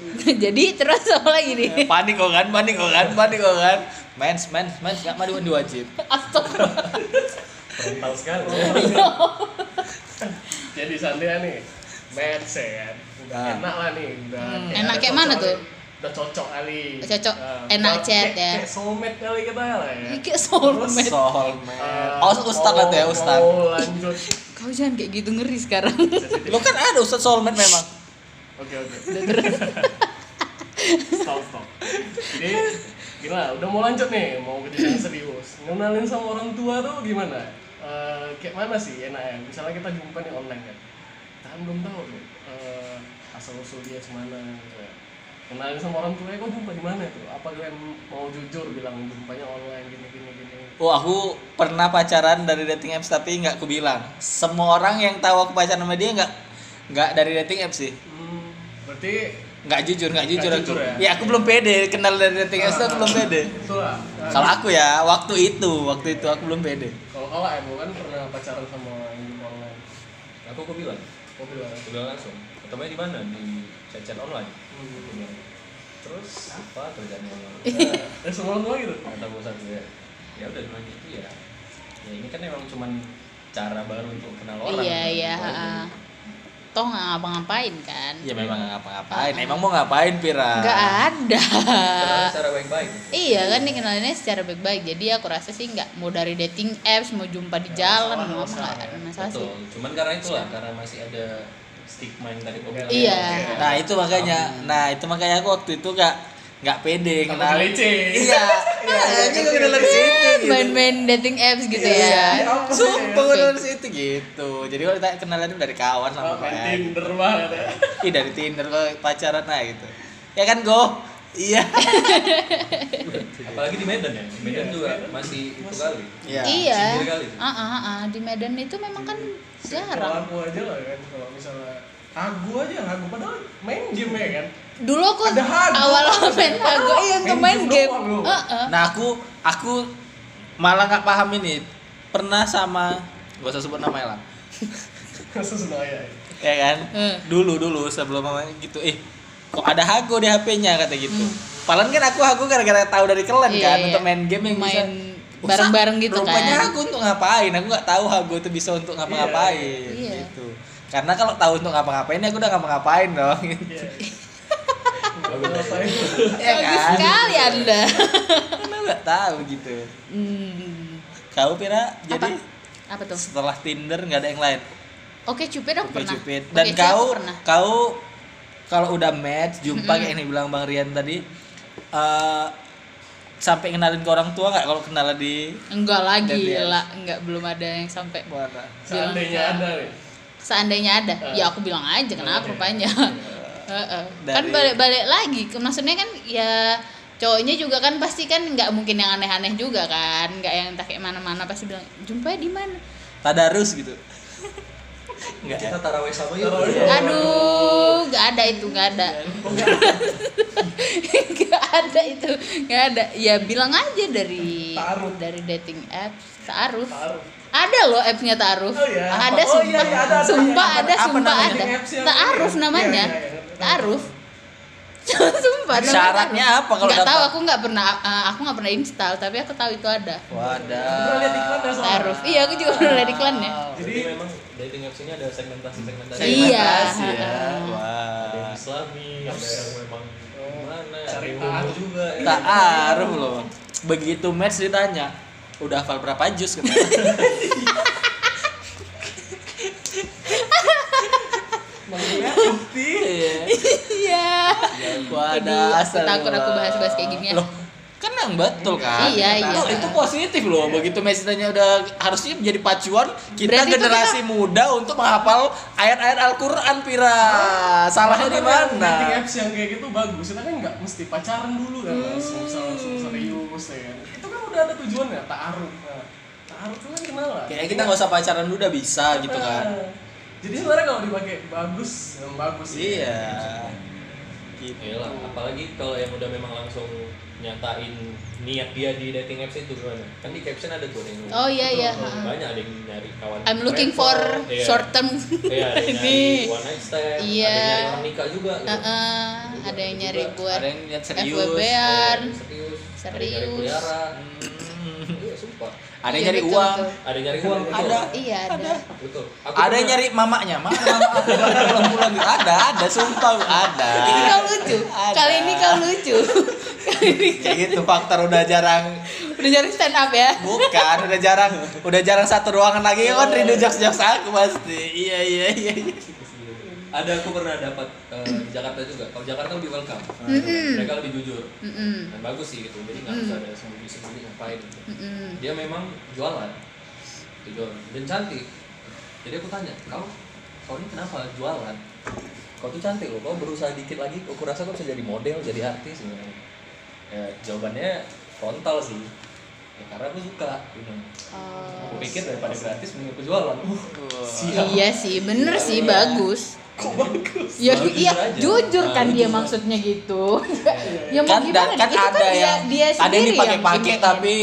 Speaker 2: Jadi terus apa lagi nih?
Speaker 1: Panik kok kan, panik kok kan, panik kok kan. Mens, mens, mens, nggak mandi mandi wajib.
Speaker 2: Astagfirullah.
Speaker 3: frontal sekali
Speaker 2: Oh.
Speaker 4: Jadi Sandria nih match ya kan. Udah
Speaker 1: Ah.
Speaker 4: enak lah nih, udah.
Speaker 2: Hmm.
Speaker 4: kayak
Speaker 2: Enak
Speaker 4: ada
Speaker 2: kayak
Speaker 4: cocok
Speaker 2: mana tuh?
Speaker 4: nih. Udah cocok kali.
Speaker 2: Cocok,
Speaker 4: Ah,
Speaker 2: enak
Speaker 4: udah
Speaker 2: chat
Speaker 4: kayak-
Speaker 2: ya.
Speaker 4: Kayak soulmate kali kita lah ya.
Speaker 1: Iya.
Speaker 2: Ini kayak soulmate.
Speaker 1: Soulmate.
Speaker 4: Ah,
Speaker 1: Oh, ustad lah tuh ya
Speaker 4: mau-
Speaker 1: ustad.
Speaker 4: mau lanjut.
Speaker 2: Kau jangan kayak gitu ngeri sekarang.
Speaker 4: Sensitif.
Speaker 1: Lo kan ada ustad soulmate memang.
Speaker 4: Oke oke. Stop stop. Jadi gila, udah mau lanjut nih, mau ke jenjang serius. Ngenalin sama orang tua tuh gimana? Eh, kayak mana sih enaknya? Misalnya kita jumpa nih online kan, kita kan belum tahu tuh eh, asal usul dia semana gitu ya. Kenalin sama orang tua, "Eh, kok jumpa di mana tuh? Apa kalian mau jujur bilang jumpanya online gini gini gini?
Speaker 1: Oh, aku pernah pacaran dari dating apps tapi nggak aku bilang. Semua orang yang tahu aku pacaran sama dia nggak nggak dari dating apps sih.
Speaker 4: Hmm, berarti
Speaker 1: Nggak jujur, nggak jujur.
Speaker 4: Nggak
Speaker 1: aku.
Speaker 4: jujur ya?
Speaker 1: ya? aku belum pede kenal dari dating apps tuh aku belum pede.
Speaker 4: itulah. Eh,
Speaker 1: Kalau aku ya waktu itu, waktu itu aku belum pede.
Speaker 4: Kalau kau lah, Emo kan pernah pacaran sama yang jumpa online.
Speaker 3: aku kok bilang
Speaker 4: Kau bilang.
Speaker 3: aku bilang langsung ketemunya di mana di cacat online
Speaker 4: Hmm.
Speaker 3: Aku bilang, terus apa kerjanya
Speaker 4: Eh, semua orang tua gitu.
Speaker 3: kata bosan ya ya udah bilang gitu ya ya ini kan emang cuman cara baru untuk kenal orang Gitu.
Speaker 2: Iya iya.
Speaker 3: Baru.
Speaker 2: ha-ha. Toh nggak ngapa-ngapain kan?
Speaker 1: Ya memang nggak ngapa-ngapain. Emang mau ngapain, Pira?
Speaker 2: Nggak ada.
Speaker 3: Karena secara baik-baik
Speaker 2: Eh.
Speaker 3: gitu.
Speaker 2: Iya kan dikenalinnya secara baik-baik. Jadi aku rasa sih nggak mau dari dating apps, mau jumpa di
Speaker 4: Nggak
Speaker 1: Iya,
Speaker 2: jalan,
Speaker 4: masalah,
Speaker 2: mau apa nggak
Speaker 4: nggak masalah
Speaker 2: ada
Speaker 4: ya.
Speaker 2: masalah sih.
Speaker 3: betul cuman karena itulah karena masih ada stigma yang tadi kau bilang
Speaker 2: Iya.
Speaker 1: Nah itu makanya, nah itu makanya aku waktu itu nggak nggak pede
Speaker 4: Sama
Speaker 1: kenal.
Speaker 4: kali, Ci.
Speaker 1: Iya, iya, kayaknya gue kenal dari situ. gitu.
Speaker 2: Eh, Main-main dating apps gitu
Speaker 1: Iya,
Speaker 2: ya.
Speaker 1: Sumpah gue dari situ gitu. Jadi kalau ditanya kenalan itu dari kawan sama
Speaker 4: Oh, Main
Speaker 1: kayak.
Speaker 4: Tinder banget ya.
Speaker 1: Ih dari Tinder lo pacaran lah gitu. Ya kan go? Iya.
Speaker 3: apalagi di Medan ya di Medan
Speaker 4: Iya,
Speaker 3: juga
Speaker 4: Medan.
Speaker 3: masih itu kali
Speaker 1: Iya.
Speaker 2: Iya.
Speaker 3: Sindir kali.
Speaker 2: Ah, ah, ah, ah. di Medan itu memang kan
Speaker 4: Kalau
Speaker 2: jarang.
Speaker 4: aku aja lah kan, kalau misalnya Hagu aja, Hagu padahal main game ya kan.
Speaker 2: Dulu aku
Speaker 4: Ada hago,
Speaker 2: awal-awal
Speaker 4: apa
Speaker 2: main
Speaker 4: sih?
Speaker 2: hago, iya
Speaker 4: Main
Speaker 2: yang main
Speaker 4: game
Speaker 2: game.
Speaker 4: doang lu.
Speaker 2: Ah, ah.
Speaker 1: Nah aku aku malah nggak paham ini. Pernah sama gak usah sebut namanya lah.
Speaker 4: Sesenaya.
Speaker 1: Ya kan?
Speaker 2: Hmm.
Speaker 1: Dulu dulu sebelum namanya gitu. Eh kok ada hago di HP-nya kata gitu. Palan kan aku hago gara-gara tahu dari kelen
Speaker 2: Hmm. Iya,
Speaker 1: kan
Speaker 2: iya.
Speaker 1: untuk main game yang bisa
Speaker 2: Main bareng-bareng gitu kan.
Speaker 1: Rupanya aku untuk ngapain? Aku nggak tahu hago itu bisa untuk ngapa-ngapain
Speaker 2: Iya.
Speaker 1: gitu. Karena kalau tahu untuk ngapa-ngapain aku udah ngapa-ngapain dong.
Speaker 4: Iya.
Speaker 3: Bagus.
Speaker 4: Ngapain?
Speaker 1: ya
Speaker 2: Bagus
Speaker 1: kan?
Speaker 2: sekali Anda.
Speaker 1: Karena nggak tahu gitu.
Speaker 2: Hmm.
Speaker 1: Kau Pira jadi
Speaker 2: Apa? Apa tuh?
Speaker 1: setelah Tinder nggak ada yang lain.
Speaker 2: Oke cupid aku
Speaker 1: Oke
Speaker 2: pernah.
Speaker 1: cupid.
Speaker 2: Oke,
Speaker 1: Dan
Speaker 2: Cupid aku
Speaker 1: kau
Speaker 2: pernah.
Speaker 1: kau kalau udah match jumpa kayak yang dibilang Bang Rian tadi eh sampai kenalin ke orang tua nggak kalau kenalan di
Speaker 2: Enggak lagi,
Speaker 1: Dan dia-
Speaker 2: lah, enggak belum ada yang sampai.
Speaker 1: mana?
Speaker 4: Seandainya
Speaker 2: Bilang,
Speaker 4: ada nih.
Speaker 2: Seandainya ada,
Speaker 4: Eh.
Speaker 2: ya aku bilang aja kenapa
Speaker 4: Oke.
Speaker 2: rupanya. Heeh. kan
Speaker 1: Ah. Iya. Dari-
Speaker 2: balik-balik lagi, Ke- maksudnya kan ya cowoknya juga kan pasti kan nggak mungkin yang aneh-aneh juga kan, nggak yang tak kayak mana-mana pasti bilang jumpa di mana.
Speaker 1: Tadarus gitu. Enggak ya?
Speaker 3: kita taraweh sama
Speaker 4: Tarawih.
Speaker 3: yuk
Speaker 4: Aduh.
Speaker 2: Aduh, nggak ada itu, nggak ada. Nggak ada itu, nggak ada. Ya bilang aja dari
Speaker 4: Taaruf.
Speaker 2: dari dating apps, taaruf.
Speaker 4: Taruh.
Speaker 2: Ada loh appsnya Taaruf.
Speaker 4: Oh iya, apa?
Speaker 2: Ada
Speaker 4: Oh
Speaker 2: sumpah.
Speaker 4: iya, iya, ada, ada,
Speaker 2: sumpah
Speaker 1: iya.
Speaker 2: ada,
Speaker 1: Apa
Speaker 2: sumpah
Speaker 1: namanya?
Speaker 2: ada.
Speaker 4: Dating apps yang-
Speaker 2: Taaruf
Speaker 4: iya,
Speaker 2: namanya.
Speaker 4: iya, iya, iya.
Speaker 2: Taaruf. sumpah. namanya
Speaker 1: Syaratnya
Speaker 2: Taaruf.
Speaker 1: apa kalau
Speaker 2: Nggak
Speaker 1: dapat?
Speaker 2: tahu aku nggak pernah eh, aku nggak pernah install tapi aku tahu itu ada.
Speaker 1: Wadah.
Speaker 4: Pernah lihat iklan ya, soalnya?
Speaker 2: Taaruf. Iya, aku juga pernah lihat ya? iklannya.
Speaker 3: jadi
Speaker 4: Jadi-
Speaker 3: memang dating apps ini ada segmentasi segmentasi
Speaker 2: Iya.
Speaker 1: Segmentasi ya.
Speaker 3: ada yang
Speaker 1: Wah.
Speaker 3: islami ada yang memang mana ada
Speaker 4: Cari
Speaker 3: yang
Speaker 4: taat.
Speaker 3: umum juga ya.
Speaker 1: Taaruf loh. Begitu match ditanya, udah hafal berapa jus katanya.
Speaker 4: Makanya bukti.
Speaker 1: Iya.
Speaker 2: Iya.
Speaker 1: Wadah.
Speaker 2: Aduh, aku takut aku bahas-bahas kayak gini ya.
Speaker 1: Loh, kan nggak hilang betul kan
Speaker 2: Iya,
Speaker 1: Nah,
Speaker 2: iya.
Speaker 1: itu positif loh begitu mesejnya udah harusnya menjadi pacuan kita
Speaker 2: Berarti itu
Speaker 1: generasi muda untuk menghafal ayat-ayat Al-Quran Pira
Speaker 2: Ah,
Speaker 1: Ah, salahnya di mana
Speaker 4: kan Dating apps yang kayak gitu bagus, kita kan nggak mesti pacaran dulu kan,
Speaker 1: Hmm.
Speaker 4: langsung bisa langsung serius ya kan. Itu kan udah ada tujuannya, taaruf. Nah, taaruf itu kan kenal lah.
Speaker 1: kayaknya kita nggak usah pacaran dulu udah bisa gitu kan
Speaker 4: Nah, Jadi sebenarnya kalau dipakai bagus, yang bagus. ya.
Speaker 1: iya gitu
Speaker 3: Iyalah, apalagi kalau yang udah memang langsung nyatain niat dia di dating apps itu gimana? Kan di caption ada tuh ada yang
Speaker 2: Oh, iya, iya.
Speaker 3: Betul. banyak ada yang nyari kawan.
Speaker 2: I'm looking for
Speaker 3: travel, iya.
Speaker 2: short term.
Speaker 3: Iya, ada yang nyari
Speaker 2: Ini.
Speaker 3: one night stand,
Speaker 2: Iya.
Speaker 3: ada yang nyari orang nikah juga. gitu.
Speaker 2: Heeh, ada yang nyari buat
Speaker 1: ada yang lihat serius
Speaker 3: Ada yang
Speaker 2: FWB-an.
Speaker 3: nyari serius, ada yang
Speaker 2: Serius.
Speaker 3: nyari pelihara.
Speaker 1: Hmm.
Speaker 3: Iya, sumpah.
Speaker 1: ada yang
Speaker 2: Iya,
Speaker 1: nyari
Speaker 2: betul,
Speaker 1: uang
Speaker 2: betul.
Speaker 3: Ada yang nyari uang. betul.
Speaker 1: Ada.
Speaker 2: Iya, ada.
Speaker 3: Betul. Aku
Speaker 1: ada yang
Speaker 3: pernah-
Speaker 1: nyari mamanya mana mama aku baru pulang pulang ada ada sumpah ada
Speaker 2: Ini kau lucu. Kali ini kau lucu. Kali ini
Speaker 1: ya gitu faktor udah jarang
Speaker 2: udah nyari stand up ya.
Speaker 1: Bukan, udah jarang, udah jarang satu ruangan
Speaker 2: Iya,
Speaker 1: lagi kan rindu jokes jokes aku pasti. Iya iya iya. iya.
Speaker 3: ada aku pernah dapat eh, di Jakarta juga. Kalau Jakarta lebih welcome. Mereka lebih jujur.
Speaker 2: Mm-mm.
Speaker 3: Dan bagus sih gitu. Jadi nggak harus ada sembunyi-sembunyi ngapain gitu.
Speaker 2: Mm-mm.
Speaker 3: dia memang jualan Dia jualan dan cantik jadi aku tanya kau kau ini kenapa jualan kau tuh cantik loh kau berusaha dikit lagi aku rasa kau bisa jadi model jadi artis gitu. ya jawabannya frontal sih ya, karena aku suka gitu. aku
Speaker 2: Oh.
Speaker 3: pikir daripada gratis mending aku jualan uh, siap
Speaker 2: Iya sih, bener sih bagus.
Speaker 3: kok bagus
Speaker 2: Ya
Speaker 3: Baru
Speaker 2: iya
Speaker 3: aja.
Speaker 2: jujur
Speaker 3: Nah,
Speaker 2: kan dia
Speaker 3: jujur.
Speaker 2: maksudnya gitu. ya mau
Speaker 1: Kan
Speaker 2: gimana?
Speaker 1: kan
Speaker 2: itu
Speaker 1: ada
Speaker 2: kan dia,
Speaker 1: yang
Speaker 2: dia
Speaker 1: ada yang
Speaker 2: sendiri
Speaker 1: dipakai-pakai
Speaker 2: yang ya?
Speaker 1: tapi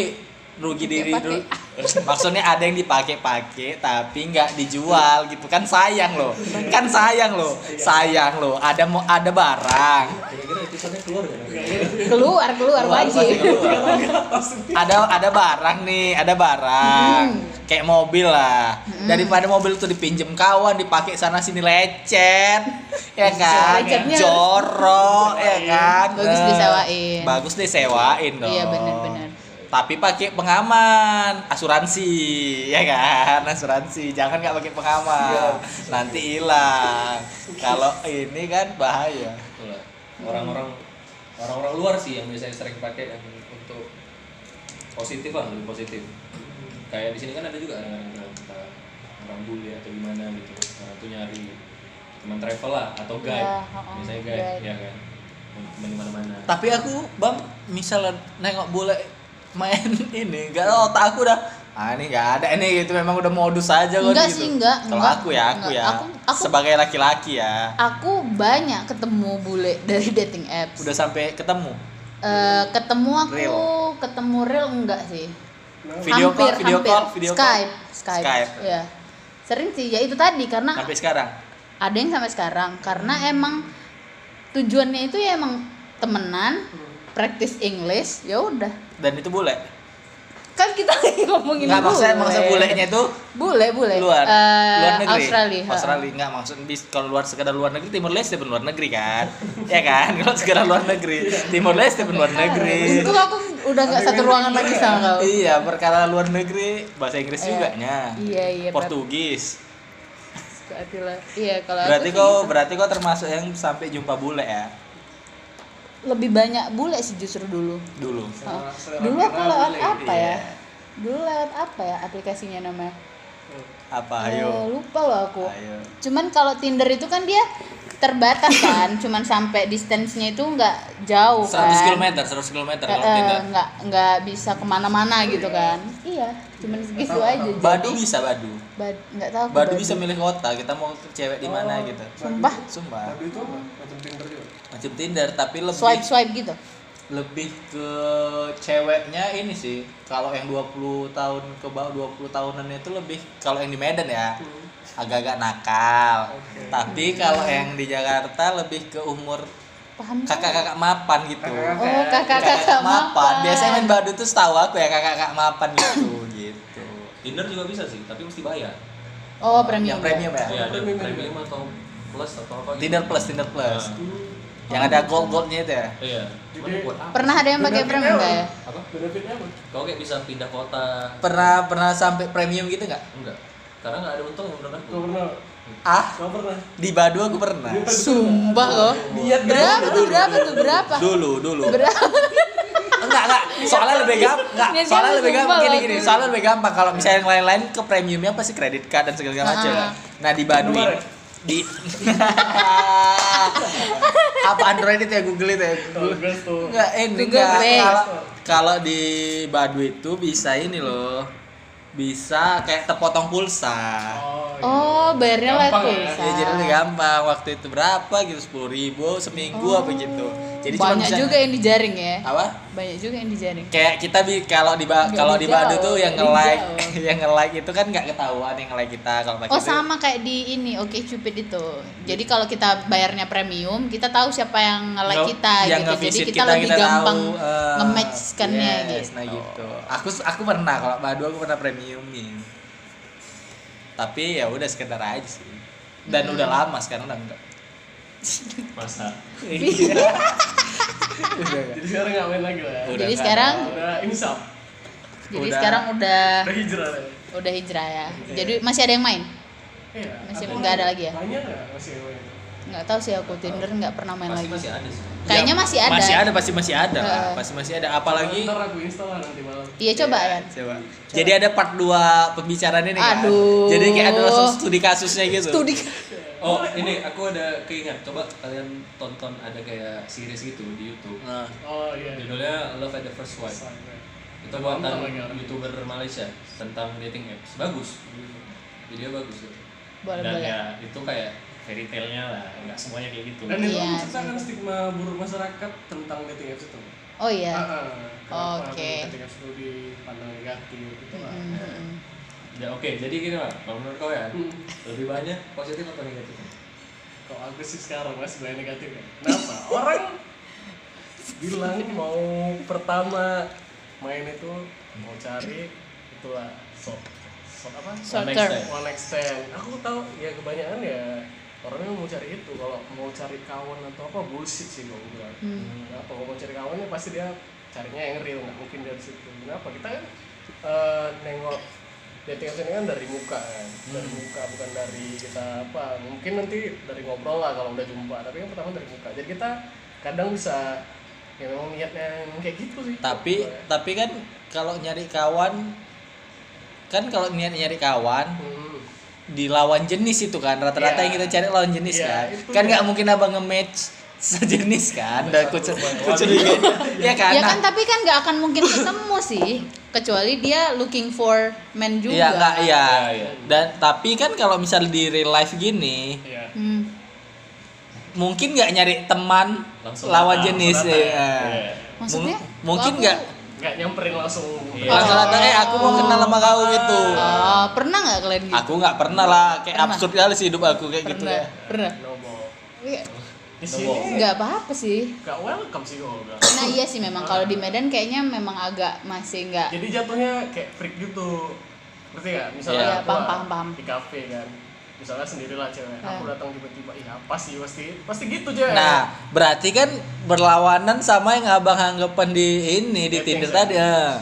Speaker 1: rugi diri
Speaker 2: Pakai-pakai.
Speaker 1: dulu. Maksudnya ada yang dipakai-pakai tapi nggak dijual gitu kan sayang loh. Kan sayang loh.
Speaker 2: Iya.
Speaker 1: Sayang loh. Ada mau ada barang.
Speaker 3: kira-kira episode keluar nggak?
Speaker 2: keluar keluar
Speaker 1: Keluar, pasti
Speaker 2: wajib.
Speaker 1: keluar. ada ada barang nih, ada barang.
Speaker 2: Hmm.
Speaker 1: Kayak mobil lah. Daripada mobil tuh dipinjem kawan, dipakai sana sini lecet, ya kan?
Speaker 2: Lecetnya
Speaker 1: Jorok, ya kan?
Speaker 2: Bagus
Speaker 1: Eh,
Speaker 2: disewain.
Speaker 1: Bagus disewain dong.
Speaker 2: Iya, benar-benar.
Speaker 1: Tapi pakai pengaman, asuransi, ya kan? Asuransi, jangan nggak pakai pengaman, nanti hilang. Kalau ini kan bahaya.
Speaker 3: Betul lah. orang-orang orang-orang luar sih yang biasanya sering pakai yang untuk positif lah lebih positif kayak di sini kan ada juga orang orang kita orang bule atau gimana gitu orang tuh nyari teman travel lah atau guide
Speaker 2: Ya, oh, oh,
Speaker 3: biasanya guide,
Speaker 2: guide.
Speaker 3: ya kan teman di mana-mana
Speaker 1: tapi aku bang misalnya nengok bola main ini nggak tahu otak aku udah ah ini nggak ada ini gitu memang udah modus aja kan
Speaker 2: Enggak
Speaker 1: gitu
Speaker 2: sih, enggak,
Speaker 1: kalau
Speaker 2: enggak,
Speaker 1: aku ya aku
Speaker 2: enggak.
Speaker 1: ya
Speaker 2: Aku- aku-
Speaker 1: sebagai laki-laki ya
Speaker 2: Aku banyak ketemu bule dari dating apps.
Speaker 1: udah sampai ketemu
Speaker 2: Eh, ketemu aku
Speaker 1: Real.
Speaker 2: ketemu real enggak sih?
Speaker 1: video
Speaker 2: hampir,
Speaker 1: call video
Speaker 2: hampir.
Speaker 1: call video
Speaker 2: Skype,
Speaker 1: call
Speaker 2: Skype.
Speaker 1: Skype. Kan.
Speaker 2: Ya. Sering sih ya itu tadi karena
Speaker 1: sampai sekarang
Speaker 2: ada yang sampai sekarang karena emang tujuannya itu ya emang temenan, praktis English, ya udah.
Speaker 1: dan itu bule
Speaker 2: Kan kita lagi ngomongin
Speaker 1: nggak maksudnya maksud bulenya itu
Speaker 2: Bule, bule.
Speaker 1: luar
Speaker 2: Eh,
Speaker 1: luar negeri
Speaker 2: Australia. ha.
Speaker 1: Australia nggak maksud bis- kalau luar sekedar luar negeri Timor Leste pun luar negeri kan ya kan kalau sekedar luar negeri
Speaker 2: Iya.
Speaker 1: Timor Leste pun luar negeri
Speaker 2: Itu aku udah nggak satu ruangan lagi sama kau.
Speaker 1: Iya, perkara luar negeri bahasa Inggris
Speaker 2: Iya.
Speaker 1: juga nya.
Speaker 2: Iya, iya,
Speaker 1: Portugis.
Speaker 2: Keadilan. Iya, kalau aku
Speaker 1: Berarti
Speaker 2: sih
Speaker 1: kau berarti kau termasuk yang sampai jumpa bule ya
Speaker 2: lebih banyak bule sih justru dulu.
Speaker 1: dulu.
Speaker 2: Oh.
Speaker 4: Selera
Speaker 2: Dulu aku
Speaker 4: viral
Speaker 2: lewat
Speaker 4: bule.
Speaker 2: apa
Speaker 1: iya.
Speaker 2: ya? Dulu lewat apa ya aplikasinya namanya?
Speaker 4: Iya.
Speaker 1: Apa
Speaker 2: Eh,
Speaker 1: ayo?
Speaker 2: lupa loh aku.
Speaker 1: Ayo.
Speaker 2: Cuman kalau Tinder itu kan dia terbatas kan, cuman sampai distance-nya itu nggak jauh
Speaker 1: 100
Speaker 2: kan.
Speaker 1: km, 100 km
Speaker 2: Eh,
Speaker 1: kalau Oh,
Speaker 2: eh,
Speaker 1: tidak.
Speaker 2: nggak nggak bisa kemana-mana gitu kan iya cuman segitu aja
Speaker 1: Badu
Speaker 2: jadi-
Speaker 1: bisa Badu.
Speaker 2: Bad- nggak tahu aku
Speaker 1: Badu
Speaker 2: Badu.
Speaker 1: bisa milih kota, kita mau ke cewek di mana gitu.
Speaker 2: Oh, sumpah
Speaker 1: Sumpah.
Speaker 4: Tapi itu apa? Macam Tinder juga.
Speaker 1: Macam Tinder tapi lebih
Speaker 2: swipe swipe gitu
Speaker 1: lebih ke ceweknya ini sih. Kalau yang 20 tahun ke bawah 20 tahunan itu lebih kalau yang di Medan ya. agak-agak nakal. Tapi kalau yang di Jakarta lebih ke umur
Speaker 2: paham kan?
Speaker 1: kakak-kakak mapan gitu.
Speaker 2: oh kakak kakak mapan
Speaker 1: Biasanya main badu tuh setahu aku ya kakak-kakak mapan gitu gitu.
Speaker 3: Tinder juga bisa sih tapi mesti bayar
Speaker 2: oh premium
Speaker 1: Yang premium ya.
Speaker 3: ya ada
Speaker 4: Premium.
Speaker 3: premium atau plus atau apa gitu.
Speaker 1: Tinder Plus, Tinder Plus.
Speaker 2: Iya.
Speaker 3: Nah,
Speaker 1: Yang ada gold-goldnya itu ya.
Speaker 3: iya cuman
Speaker 4: Jadi-
Speaker 3: buat apa
Speaker 2: pernah ada yang pakai
Speaker 4: Udah
Speaker 2: premium
Speaker 4: video.
Speaker 2: enggak ya
Speaker 3: apa
Speaker 4: Benefitnya apa?
Speaker 3: kau kayak bisa pindah kota
Speaker 1: Pernah pernah sampai premium gitu nggak?
Speaker 3: enggak karena nggak ada untung yang menurut aku
Speaker 4: Kau pernah?
Speaker 1: Ah,
Speaker 4: Kau pernah?
Speaker 1: di badu aku pernah.
Speaker 2: Iya. sumpah loh
Speaker 1: Lihat
Speaker 2: berapa tuh berapa tuh berapa
Speaker 1: Dulu, dulu.
Speaker 2: berapa
Speaker 1: enggak enggak soalnya lebih gampang enggak
Speaker 2: Niat
Speaker 1: soalnya
Speaker 2: kamu
Speaker 1: lebih gampang
Speaker 2: sumpah
Speaker 1: gini
Speaker 2: loh,
Speaker 1: gini
Speaker 2: aku.
Speaker 1: soalnya lebih gampang kalau misalnya yang lain-lain ke premiumnya pasti kredit card dan segala macam
Speaker 2: Ah.
Speaker 1: nah di Bandung ini- di apa Android itu ya Google itu ya Google
Speaker 4: Google tuh
Speaker 1: Enggak, eh,
Speaker 2: Google
Speaker 1: enggak.
Speaker 2: Play.
Speaker 1: Kalau- Kalau di Badu itu bisa ini loh. Bisa kayak terpotong pulsa.
Speaker 4: iya.
Speaker 2: Oh, bayarnya lewat
Speaker 4: Gampang ya.
Speaker 2: pulsa.
Speaker 1: Ya, jadi lebih gampang waktu itu berapa gitu sepuluh ribu seminggu apa gitu jadi cuma
Speaker 2: Oh. banyak
Speaker 1: bisa-
Speaker 2: juga yang dijaring ya.
Speaker 1: apa
Speaker 2: Banyak juga yang dijaring.
Speaker 1: kayak kita bi kalau di Ba-
Speaker 2: Nggak
Speaker 1: kalau di
Speaker 2: dijawab,
Speaker 1: Badu tuh yang nge
Speaker 2: dijawab.
Speaker 1: like yang nge like itu kan nggak ketahuan yang nge like kita kalau pakai
Speaker 2: Oh
Speaker 1: itu.
Speaker 2: sama kayak di ini Oke Cupid itu. Jadi kalau kita bayarnya premium, kita tahu siapa yang
Speaker 1: Nge-
Speaker 2: nge-like kita
Speaker 1: yang
Speaker 2: gitu. Jadi
Speaker 1: nge-visit
Speaker 2: kita, lebih
Speaker 1: tahu,
Speaker 2: gampang
Speaker 1: eh,
Speaker 2: nge-matchkannya
Speaker 1: yes,
Speaker 2: gitu.
Speaker 1: Nah gitu. Aku aku pernah kalau Badu aku pernah premiumin. Tapi ya udah sekedar aja sih. Dan udah
Speaker 2: Hmm.
Speaker 1: lama sekarang udah enggak.
Speaker 3: masa
Speaker 1: Iya. Udah enggak.
Speaker 4: jadi sekarang nggak main lagi lah
Speaker 1: Udah
Speaker 2: Jadi
Speaker 1: nggak
Speaker 2: sekarang
Speaker 1: ada.
Speaker 4: udah insaf
Speaker 2: jadi
Speaker 1: Udah.
Speaker 2: sekarang udah
Speaker 4: udah hijrah lah
Speaker 2: udah hijrah ya. Jadi masih ada yang main?
Speaker 4: Iya,
Speaker 2: Masih
Speaker 4: aku
Speaker 2: nggak ada lagi ya?
Speaker 4: Banyak nggak masih yang main?
Speaker 2: Nggak tahu sih aku Tinder nggak pernah main
Speaker 3: pasti
Speaker 2: lagi.
Speaker 3: masih ada sih
Speaker 2: Kayaknya
Speaker 1: Ya,
Speaker 2: masih ada.
Speaker 1: Masih ada pasti masih ada. lah.
Speaker 2: Eh.
Speaker 1: Pasti masih ada apalagi
Speaker 4: Ntar aku install lah nanti malam.
Speaker 2: Iya coba ya.
Speaker 1: Coba. Jadi ada part 2 pembicaraan ini kan.
Speaker 2: Aduh.
Speaker 1: Jadi kayak ada langsung studi kasusnya gitu.
Speaker 2: Studi.
Speaker 3: oh ini aku ada keinget coba kalian tonton ada kayak series gitu di YouTube
Speaker 1: Nah,
Speaker 4: Oh iya.
Speaker 3: judulnya Love at the First Wife itu
Speaker 4: Nonton
Speaker 3: buatan
Speaker 4: lagi orang.
Speaker 3: youtuber Malaysia tentang dating apps bagus video bagus gitu
Speaker 2: Boleh
Speaker 3: dan
Speaker 2: boleh.
Speaker 3: ya itu kayak fairy tale-nya lah nggak semuanya kayak gitu
Speaker 4: Dan itu
Speaker 2: Iya,
Speaker 4: menceritakan stigma buruk masyarakat tentang dating apps itu.
Speaker 2: Oh iya.
Speaker 4: Ah, ah. Kenapa
Speaker 2: Oke.
Speaker 4: Dating apps itu dipandang negatif gitu lah.
Speaker 2: Mm, mm, mm.
Speaker 3: ya oke jadi gini lah kalau menurut kau ya
Speaker 4: Hmm.
Speaker 3: lebih banyak positif atau negatif
Speaker 4: Kalau aku sih sekarang masih banyak negatif ya. Kenapa? Orang bilang mau pertama main itu mau cari itulah sok sok apa?
Speaker 2: Short
Speaker 3: Next
Speaker 2: term.
Speaker 3: time.
Speaker 4: one night stand aku tahu ya kebanyakan ya orangnya mau cari itu kalau mau cari kawan atau apa bullshit sih kalau gue bilang
Speaker 2: Hmm.
Speaker 4: Nah, kalau mau cari kawan ya pasti dia carinya yang real nggak mungkin dari situ kenapa kita kan eh, nengok dating apps ini kan dari muka kan dari muka bukan dari kita apa mungkin nanti dari ngobrol lah kalau udah jumpa tapi kan pertama dari muka jadi kita kadang bisa ya memang niatnya yang kayak gitu sih
Speaker 1: tapi tapi kan kalau nyari kawan kan kalau niat nyari kawan
Speaker 4: Hmm.
Speaker 1: di lawan jenis itu kan rata-rata
Speaker 4: Iya.
Speaker 1: yang kita cari lawan jenis
Speaker 4: Iya,
Speaker 1: kan
Speaker 4: itu
Speaker 1: kan
Speaker 4: dia.
Speaker 1: nggak mungkin abang nge-match sejenis kan dan kucur ya kan
Speaker 2: Ya
Speaker 1: nah,
Speaker 2: kan tapi kan nggak akan mungkin ketemu sih kecuali dia looking for men juga.
Speaker 1: iya nggak iya
Speaker 3: Iya, iya.
Speaker 1: dan tapi kan kalau misal di real life gini
Speaker 4: Iya.
Speaker 2: Hmm.
Speaker 1: mungkin nggak nyari teman
Speaker 3: Langsung
Speaker 1: lawan
Speaker 3: datang,
Speaker 1: jenis
Speaker 4: datang.
Speaker 1: iya.
Speaker 3: Iya.
Speaker 2: Maksudnya?
Speaker 1: Mung- mungkin
Speaker 2: Aku-
Speaker 1: nggak
Speaker 4: nggak nyamperin langsung
Speaker 3: Iya.
Speaker 1: langsung datang eh aku mau kenal sama kau gitu
Speaker 2: Oh, pernah nggak kalian gitu?
Speaker 1: aku nggak pernah lah kayak
Speaker 2: Pernah.
Speaker 1: absurd kali sih hidup aku kayak gitu
Speaker 2: pernah.
Speaker 1: ya
Speaker 2: Pernah.
Speaker 4: Nobo.
Speaker 2: Iya,
Speaker 4: di
Speaker 3: Nobo.
Speaker 4: sini
Speaker 2: Nggak apa-apa sih.
Speaker 4: nggak welcome sih kalau nggak
Speaker 2: Nah iya sih memang kalau di Medan kayaknya memang agak masih nggak.
Speaker 4: jadi jatuhnya kayak freak gitu ngerti nggak
Speaker 1: Iya,
Speaker 4: misalnya aku
Speaker 2: paham,
Speaker 4: lah
Speaker 2: paham, paham.
Speaker 4: di kafe kan misalnya sendirilah cewek aku
Speaker 2: Ah.
Speaker 4: datang tiba-tiba ih apa sih pasti pasti gitu cewek
Speaker 1: Nah, berarti kan berlawanan sama yang abang anggapan di ini
Speaker 3: Iya,
Speaker 1: di
Speaker 4: Dating
Speaker 1: Tinder
Speaker 4: service.
Speaker 1: tadi, eh.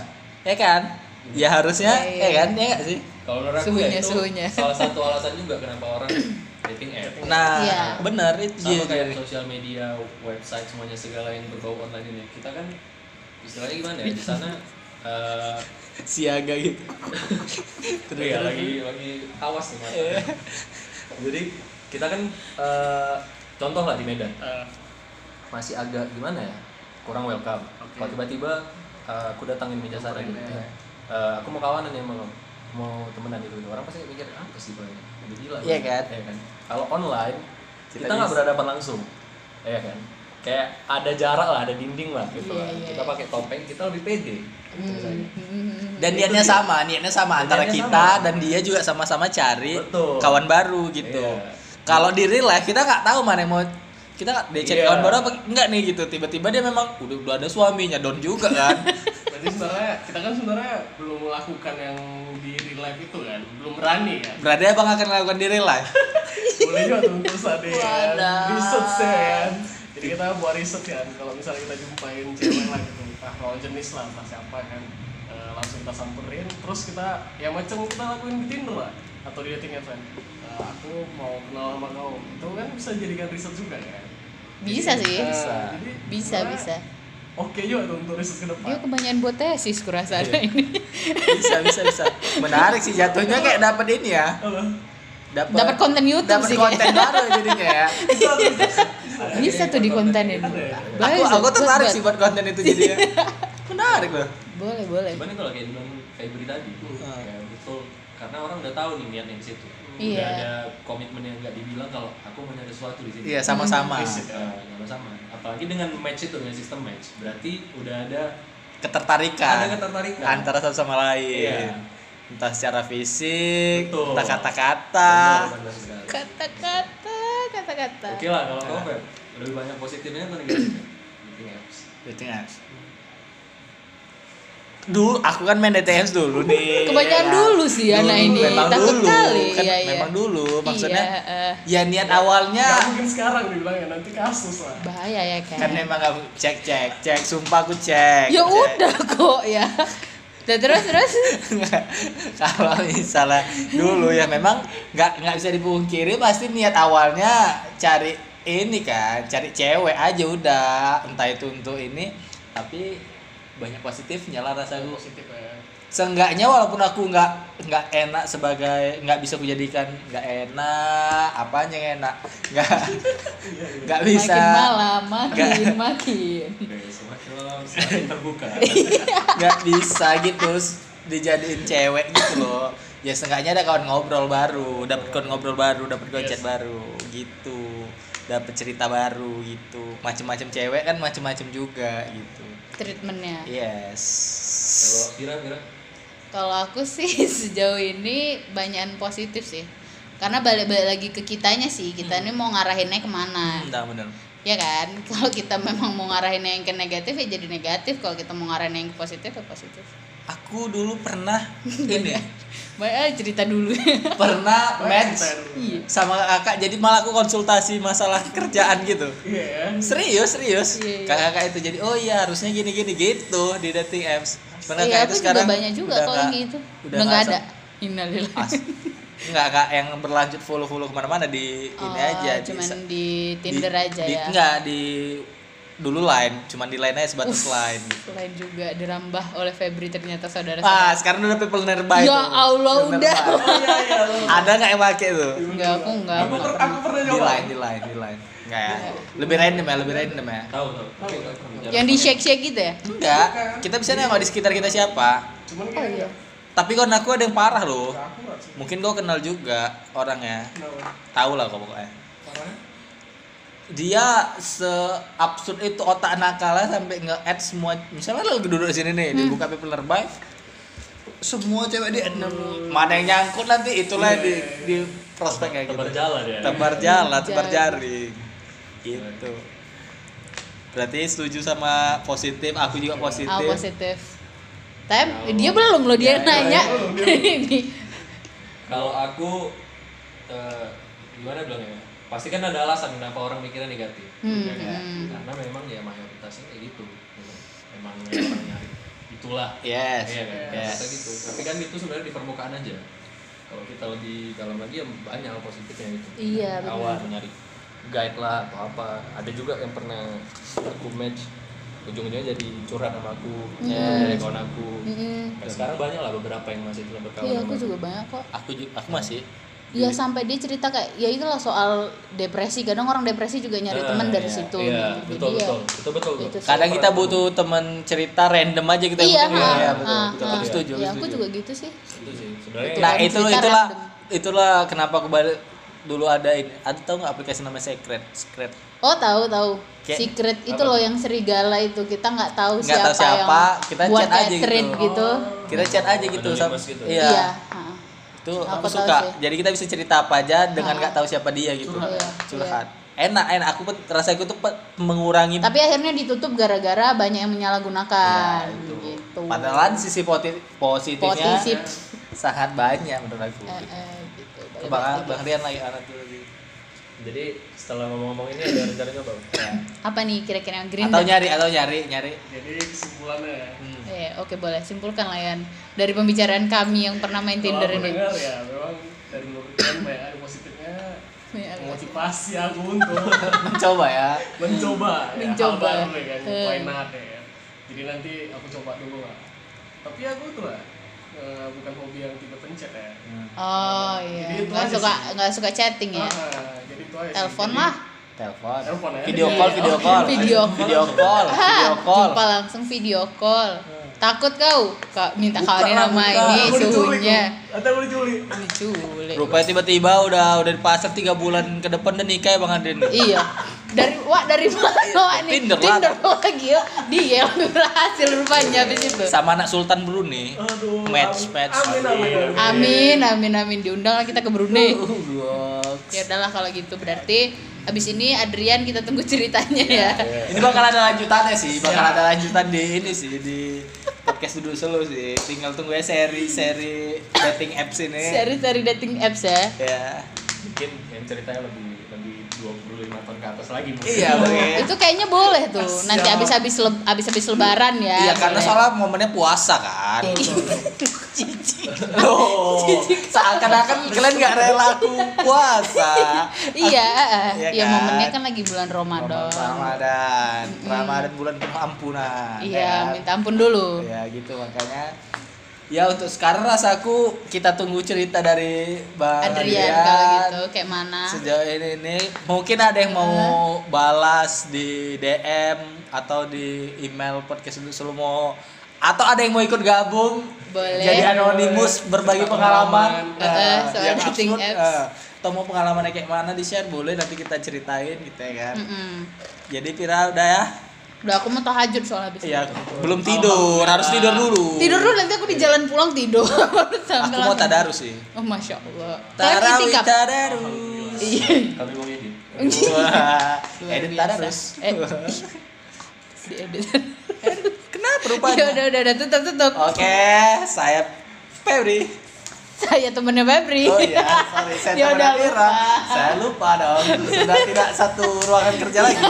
Speaker 1: ya kan? Ya harusnya,
Speaker 2: Iya,
Speaker 1: ya
Speaker 2: iya.
Speaker 1: kan? Ya nggak sih?
Speaker 3: kalau menurut aku
Speaker 2: Suhunya,
Speaker 3: ya itu
Speaker 2: suhunya.
Speaker 3: salah satu alasan juga kenapa orang dating app
Speaker 1: Nah,
Speaker 2: Iya.
Speaker 1: bener itu
Speaker 3: sama
Speaker 1: Ji.
Speaker 3: kayak sosial media website semuanya segala yang berbau online ini kita kan istilahnya gimana ya
Speaker 2: Iya.
Speaker 3: di sana eh,
Speaker 1: siaga gitu.
Speaker 3: Terus ya lagi lagi awas nih mas.
Speaker 2: Iya.
Speaker 3: Jadi kita kan eh, contoh lah di Medan
Speaker 4: Eh,
Speaker 3: masih agak gimana ya kurang welcome.
Speaker 4: Oke.
Speaker 3: Kalau tiba-tiba eh, aku datangin meja sana gitu,
Speaker 4: Iya.
Speaker 2: ya.
Speaker 3: Eh, aku mau kawanan ya mau mau temenan gitu orang pasti mikir apa sih banyak udah gila
Speaker 1: Iya kan?
Speaker 3: kalau online
Speaker 1: Kita
Speaker 3: kita nggak
Speaker 1: bisa-
Speaker 3: berhadapan langsung ya kan kayak ada jarak lah ada dinding lah gitu
Speaker 2: Iya,
Speaker 3: lah.
Speaker 2: iya,
Speaker 3: kita
Speaker 2: iya.
Speaker 3: pakai topeng kita lebih pede
Speaker 2: Hmm.
Speaker 1: Dan niatnya sama, niatnya sama antara
Speaker 3: niatnya
Speaker 1: kita
Speaker 3: sama.
Speaker 1: dan dia juga sama-sama cari
Speaker 3: Betul.
Speaker 1: kawan baru gitu.
Speaker 3: Iya.
Speaker 1: Kalau di real life kita nggak tahu mana yang mau kita nggak- dia cari
Speaker 3: Iya.
Speaker 1: kawan baru apa enggak nih gitu. Tiba-tiba dia memang udah, udah ada suaminya, down juga kan.
Speaker 4: berarti sebenarnya kita kan sebenarnya belum melakukan yang di real life itu kan belum berani kan
Speaker 1: berarti abang akan lakukan di real life.
Speaker 4: boleh juga tuh untuk tadi kan
Speaker 2: Wadah.
Speaker 4: research ya kan jadi kita buat riset kan kalau misalnya kita jumpain cewek lah gitu entah lawan jenis lah entah siapa kan Eh, langsung kita samperin terus kita ya macam kita lakuin di Tinder lah atau di dating apps kan Eh, aku mau kenal sama kau itu kan bisa jadikan riset juga kan
Speaker 2: Bisa sih.
Speaker 4: Eh, jadi
Speaker 2: Bisa
Speaker 4: sebenarnya
Speaker 2: bisa.
Speaker 4: oke juga tuh untuk riset ke
Speaker 2: Dia
Speaker 4: depan
Speaker 2: kebanyakan buat tesis kurasa
Speaker 1: Iya.
Speaker 2: ini.
Speaker 1: bisa bisa bisa menarik sih jatuhnya kayak dapet ini ya dapet
Speaker 2: Dapat konten YouTube
Speaker 1: dapet
Speaker 2: sih
Speaker 1: konten
Speaker 2: kayaknya.
Speaker 1: baru jadinya ya
Speaker 2: Bisa tuh dikontenin.
Speaker 1: aku
Speaker 2: Bagus,
Speaker 1: aku
Speaker 2: buat-
Speaker 1: tertarik
Speaker 2: buat-
Speaker 1: sih buat konten itu jadinya menarik loh
Speaker 2: Boleh, boleh.
Speaker 3: Cuman kalau kayak bilang Febri tadi, kayak betul karena orang udah tahu nih niatnya di situ.
Speaker 2: Iya.
Speaker 3: Udah ada komitmen yang nggak dibilang kalau aku mau nyari sesuatu di sini.
Speaker 1: iya sama-sama
Speaker 3: Eh, sama-sama. Apalagi dengan match itu dengan sistem match, berarti udah ada ada
Speaker 1: ketertarikan
Speaker 3: ketertarikan.
Speaker 1: antara satu sama lain
Speaker 3: Iya.
Speaker 1: entah secara fisik
Speaker 3: Betul.
Speaker 1: entah Eh, kata-kata
Speaker 3: Benar, benar sekali.
Speaker 2: Kata-kata, kata-kata.
Speaker 3: Oke lah kalau kamu Feb, lebih banyak positifnya atau negatifnya? Dating apps.
Speaker 1: dating apps dulu aku kan main dating apps dulu nih Iya.
Speaker 2: Kebanyakan dulu sih anak ini.
Speaker 1: memang
Speaker 2: Takut
Speaker 1: dulu
Speaker 2: kali.
Speaker 1: kan
Speaker 2: Iya, iya.
Speaker 1: memang dulu maksudnya
Speaker 2: Iya, eh,
Speaker 1: ya niat awalnya
Speaker 4: Nggak mungkin sekarang dibilang ya nanti kasus lah
Speaker 2: bahaya ya kan.
Speaker 1: kan memang gak cek cek cek sumpah aku cek
Speaker 2: Ya
Speaker 1: cek.
Speaker 2: udah kok ya. Dan terus terus
Speaker 1: kalau misalnya dulu ya memang nggak nggak bisa dipungkiri pasti niat awalnya cari ini kan cari cewek aja udah entah itu untuk ini tapi banyak positifnya lah rasa gue
Speaker 4: positif ya
Speaker 1: seenggaknya walaupun aku nggak nggak enak sebagai nggak bisa kujadikan nggak enak apanya yang enak nggak nggak bisa
Speaker 2: makin malam, makin makin.
Speaker 3: Oke, semakin malam semakin terbuka.
Speaker 1: nggak bisa gitu s- dijadiin cewek gitu loh ya seenggaknya ada kawan ngobrol baru dapat kawan ngobrol baru dapat kawan chat baru gitu dapat cerita baru gitu macem-macem cewek kan macem-macem juga gitu
Speaker 2: Treatmentnya.
Speaker 1: Iya. yes
Speaker 3: Kalau Vira, Vira,
Speaker 2: Kalau aku sih sejauh ini banyakan positif sih. Karena balik-balik lagi ke kitanya sih,
Speaker 1: Hmm.
Speaker 2: kita ini mau ngarahinnya kemana,
Speaker 1: nah bener
Speaker 2: ya kan? Kalau kita memang mau ngarahinnya yang ke negatif ya jadi negatif, kalau kita mau ngarahinnya yang ke positif ya positif.
Speaker 1: aku dulu pernah ini
Speaker 2: Baik, ah, cerita dulu.
Speaker 1: pernah match
Speaker 4: Ceritain dulu.
Speaker 2: Iya.
Speaker 1: sama kakak jadi malah aku konsultasi masalah kerjaan gitu
Speaker 4: iya ya
Speaker 1: serius serius
Speaker 2: Iya, iya.
Speaker 1: kakak-kakak itu jadi oh iya harusnya gini gini gitu di dating apps Padahal
Speaker 2: Iya,
Speaker 1: kakak
Speaker 2: aku juga banyak juga
Speaker 1: udah
Speaker 2: kalau
Speaker 1: nggak-
Speaker 2: yang gitu.
Speaker 1: udah
Speaker 2: Udah nggak ada.
Speaker 1: nggak
Speaker 2: Innalillahi.
Speaker 1: as, nggak nggak yang berlanjut follow follow kemana-mana di ini
Speaker 2: Oh,
Speaker 1: aja di
Speaker 2: cuman
Speaker 1: sa-
Speaker 2: di
Speaker 1: di-
Speaker 2: Tinder aja
Speaker 1: di,
Speaker 2: ya.
Speaker 1: nggak di dulu lain cuman di lain aja sebatas lain
Speaker 2: Selain juga dirambah oleh Febri ternyata saudara
Speaker 1: ah
Speaker 2: saya.
Speaker 1: sekarang udah people nearby
Speaker 2: Ya
Speaker 1: tuh.
Speaker 2: Allah,
Speaker 1: People
Speaker 2: udah.
Speaker 1: nearby.
Speaker 4: oh iya iya lo
Speaker 1: ada nggak yang pakai tuh
Speaker 2: Enggak, aku enggak.
Speaker 4: aku, per- aku pernah
Speaker 1: di
Speaker 4: nyoba
Speaker 1: lain di lain di lain nggak ya lebih random ya lebih random ya
Speaker 3: tahu tahu. Oke, oke.
Speaker 2: Yang di shake-shake gitu ya?
Speaker 1: enggak kita bisa nengok di sekitar kita siapa
Speaker 4: cuman
Speaker 2: Oh
Speaker 4: kayaknya
Speaker 2: iya.
Speaker 1: tapi kon aku ada yang parah loh
Speaker 4: nggak akurat sih
Speaker 1: mungkin kau kenal juga orangnya
Speaker 4: kenapa
Speaker 1: tahu lah kau pokoknya
Speaker 4: parahnya
Speaker 1: dia se absurd itu otak nakalnya sampai nge-add semua misalnya lagi duduk di sini nih
Speaker 2: Hmm.
Speaker 1: dibuka people nearby semua cewek di add nemu. mana yang nyangkut nanti itulah
Speaker 2: Iya,
Speaker 1: di di prospek kayak gitu
Speaker 3: Tebar jalan ya.
Speaker 1: tebar jalan tebar
Speaker 2: Jalan.
Speaker 1: jaring gitu berarti setuju sama positif aku juga positif, Iya,
Speaker 2: Ah, positif. Tapi dia belum loh dia nanya. Ini.
Speaker 3: Kalau aku eh, gimana bilangnya? Pasti kan ada alasan kenapa orang mikirnya negatif.
Speaker 1: Iya,
Speaker 2: Hmm,
Speaker 3: ya kan?
Speaker 2: hmm.
Speaker 3: Karena memang ya mayoritasnya kayak gitu. Memang orang nyari itulah.
Speaker 1: yes
Speaker 3: Iya kan?
Speaker 1: yes.
Speaker 3: Rata gitu. Tapi kan itu sebenarnya di permukaan aja. Kalau kita lebih dalam lagi ya banyak hal positifnya itu.
Speaker 2: Iya, benar.
Speaker 3: Awal nyari guide lah atau apa. Ada juga yang pernah aku match ujung-ujungnya jadi curhat sama aku,
Speaker 2: Hmm.
Speaker 3: jadi kawan aku.
Speaker 2: Mm-mm.
Speaker 3: Sampai sekarang banyak lah beberapa yang masih tetap berkawan.
Speaker 2: Hmm. Iya,
Speaker 3: sama
Speaker 2: aku juga banyak kok.
Speaker 1: aku juga aku masih
Speaker 2: Iya sampai dia cerita kayak ya itulah soal depresi. Kadang orang depresi juga nyari
Speaker 3: Ah,
Speaker 2: teman dari
Speaker 3: iya,
Speaker 2: situ.
Speaker 3: Iya,
Speaker 2: Jadi
Speaker 3: betul,
Speaker 2: ya,
Speaker 3: betul, betul, betul,
Speaker 2: itu
Speaker 3: betul.
Speaker 2: sih.
Speaker 1: kadang kita butuh teman cerita random aja kita
Speaker 2: Iya,
Speaker 1: butuh.
Speaker 2: ah,
Speaker 1: betul,
Speaker 2: ah,
Speaker 1: betul,
Speaker 2: ah.
Speaker 1: aku setuju
Speaker 2: Iya,
Speaker 1: aku
Speaker 2: aku
Speaker 1: setuju.
Speaker 2: juga gitu sih.
Speaker 3: Itu sih. Sebenarnya ya,
Speaker 1: Nah,
Speaker 2: Bukan
Speaker 1: itu
Speaker 2: cerita
Speaker 1: itulah
Speaker 2: random.
Speaker 1: itulah kenapa aku balik dulu ada ini. Ada tau nggak aplikasi namanya Secret? Secret.
Speaker 2: Oh tahu tahu.
Speaker 1: Kayak-
Speaker 2: Secret itu loh yang serigala itu kita nggak tahu
Speaker 1: Nggak tahu
Speaker 2: siapa,
Speaker 1: siapa,
Speaker 2: yang
Speaker 1: kita
Speaker 2: buat
Speaker 1: chat aja
Speaker 2: kayak
Speaker 1: gitu.
Speaker 2: thread gitu.
Speaker 1: Kita chat aja gitu
Speaker 3: Anonymous
Speaker 1: sama
Speaker 3: gitu.
Speaker 1: Iya.
Speaker 2: Iya. ah.
Speaker 1: Itu aku,
Speaker 2: Aku tahu
Speaker 1: suka.
Speaker 2: sih. Nah.
Speaker 1: Jadi kita bisa cerita apa aja dengan nggak tahu siapa dia gitu.
Speaker 2: Curhat. Iya,
Speaker 1: Curhat. Enak, enak. Aku pun- rasa aku tuh pe- mengurangi
Speaker 2: Tapi akhirnya ditutup gara-gara banyak yang
Speaker 1: Ya,
Speaker 2: menyalahgunakan
Speaker 1: itu.
Speaker 2: gitu.
Speaker 1: padahal sisi poti- positifnya
Speaker 2: Positif.
Speaker 1: sangat banyak menurut aku.
Speaker 2: Eh, eh, gitu.
Speaker 1: Ke Bang, Bang Rian lagi anak dulu lagi.
Speaker 3: Jadi setelah ngomong-ngomong ini ada rencananya apa?
Speaker 2: Apa nih kira-kira yang green?
Speaker 1: Atau
Speaker 2: dan-
Speaker 1: nyari, atau nyari, nyari.
Speaker 4: jadi kesimpulannya ya
Speaker 1: Hmm.
Speaker 2: Eh, oke boleh simpulkan lah Yan dari pembicaraan kami yang pernah main
Speaker 4: kalau
Speaker 2: Tinder
Speaker 4: aku
Speaker 2: ini.
Speaker 4: dengar ya memang dari lo kan banyak ada positifnya
Speaker 2: Ya,
Speaker 4: motivasi aku untuk
Speaker 1: Mencoba ya.
Speaker 4: mencoba ya, hal
Speaker 2: Mencoba.
Speaker 4: baru ya kan
Speaker 2: Eh.
Speaker 4: why not ya kan jadi nanti aku coba dulu lah tapi aku tuh lah eh, bukan hobi yang tipe pencet ya
Speaker 2: Oh
Speaker 4: Jadi
Speaker 2: iya.
Speaker 4: itu
Speaker 2: Nggak
Speaker 4: aja
Speaker 2: suka
Speaker 4: sih.
Speaker 2: nggak suka chatting
Speaker 1: Oh, iya,
Speaker 2: ya.
Speaker 4: Ah, jadi itu aja sih.
Speaker 2: Telepon
Speaker 4: Jadi-
Speaker 2: lah.
Speaker 1: Telepon.
Speaker 4: Telepon ya.
Speaker 1: Video call,
Speaker 4: Iya,
Speaker 1: video
Speaker 4: oke.
Speaker 1: call.
Speaker 2: Video call.
Speaker 1: Video call, video
Speaker 2: Ah,
Speaker 1: call. Hmm.
Speaker 2: Jumpa langsung video call. Takut kau? Kak minta kawarin
Speaker 1: Bukan,
Speaker 2: nama
Speaker 1: bukan.
Speaker 2: ini
Speaker 4: Aku diculik
Speaker 2: suhunya.
Speaker 4: loh. Atau aku diculik.
Speaker 2: Diculik.
Speaker 1: Rupanya tiba-tiba udah udah di pasar 3 bulan ke depan dan nikah ya Bang Adin.
Speaker 2: Iya. Dari wah dari mana wah nih?
Speaker 1: Iya. Tinder lah.
Speaker 2: Tinder lagi ya. Dia yang berhasil rupanya habis itu.
Speaker 1: Sama anak Sultan Brunei.
Speaker 4: Aduh.
Speaker 1: Match,
Speaker 4: amin.
Speaker 1: match.
Speaker 4: Amin, amin, amin.
Speaker 2: Amin amin amin diundang lah kita ke Brunei.
Speaker 1: Uh. Goks.
Speaker 2: Ya udahlah kalau gitu berarti habis ini Adrian kita tunggu ceritanya ya.
Speaker 1: Ini bakal ada lanjutannya sih,
Speaker 2: Iya.
Speaker 1: bakal ada lanjutan di ini sih di podcast duduk solo sih. Tinggal tunggu ya seri-seri dating apps ini.
Speaker 2: Seri-seri dating apps ya.
Speaker 1: Ya.
Speaker 3: mungkin yang ceritanya lebih lebih 25 tahun ke atas lagi mungkin.
Speaker 1: Iya, Bang. ya.
Speaker 2: Itu kayaknya boleh tuh. Nanti
Speaker 4: Siap.
Speaker 2: habis-habis leb- habis-habis lebaran ya. Iya.
Speaker 1: Iya, karena
Speaker 2: boleh.
Speaker 1: soalnya momennya puasa kan. Loh,
Speaker 2: kan-
Speaker 1: seakan-akan kalian nggak rela aku puasa.
Speaker 2: Iya,
Speaker 1: Iya
Speaker 2: iya ya,
Speaker 1: kan?
Speaker 2: momennya kan lagi bulan Ramadan.
Speaker 1: Ramadan, Ramadan bulan penuh ampunan. ya kan?
Speaker 2: Iya, minta ampun dulu.
Speaker 1: ya gitu makanya ya untuk sekarang rasaku kita tunggu cerita dari bang
Speaker 2: Adrian kalau gitu kayak mana?
Speaker 1: sejauh ini ini mungkin ada yang mau balas di dm atau di email podcast dulu selalu mau atau ada yang mau ikut gabung
Speaker 2: Boleh.
Speaker 1: jadi anonimus berbagi
Speaker 4: Cerita
Speaker 1: pengalaman,
Speaker 2: pengalaman.
Speaker 1: eh,
Speaker 2: Eh, soal
Speaker 1: yang
Speaker 2: dating
Speaker 1: absurd,
Speaker 2: apps.
Speaker 1: eh, atau mau pengalaman kayak mana di share boleh nanti kita ceritain gitu ya kan
Speaker 2: Mm-mm.
Speaker 1: jadi Pira udah ya
Speaker 2: Udah aku mau tahajud soal habis.
Speaker 1: Iya, belum tidur harus tidur dulu
Speaker 2: Tidur dulu nanti aku di jalan pulang tidur.
Speaker 1: aku
Speaker 2: Sambil
Speaker 1: mau
Speaker 2: langsung-
Speaker 1: tadarus sih
Speaker 2: Oh masya Allah. Kalian
Speaker 1: Tarawih
Speaker 2: itikaf?
Speaker 1: tadarus.
Speaker 2: Iya.
Speaker 3: Kami mau ngedit.
Speaker 1: Wah,
Speaker 2: Luar
Speaker 1: edit
Speaker 2: biasa.
Speaker 1: tadarus.
Speaker 2: Eh, di edit.
Speaker 1: Kenapa
Speaker 2: Ya
Speaker 1: rupanya?
Speaker 2: udah udah udah tutup tutup.
Speaker 1: Oke, saya Febri.
Speaker 2: Saya temennya Febri.
Speaker 1: Oh iya, sorry, saya
Speaker 2: Ya udah,
Speaker 1: teman Ira.
Speaker 2: lupa.
Speaker 1: Saya lupa dong, sudah tidak satu ruangan kerja lagi.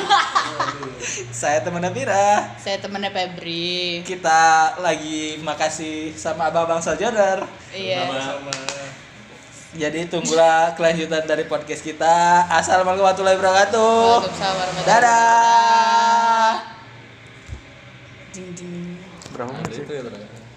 Speaker 1: saya teman Pira.
Speaker 2: Saya temennya Febri.
Speaker 1: Kita lagi makasih sama Abang Bang Sajoner.
Speaker 2: Iya.
Speaker 4: Sama-
Speaker 1: Jadi tunggulah kelanjutan dari podcast kita. Assalamualaikum warahmatullahi wabarakatuh.
Speaker 2: Waalaikumsalam warahmatullahi
Speaker 1: Dadah.
Speaker 2: Ding ding.
Speaker 1: Berapa
Speaker 3: Ada itu ya, Bro.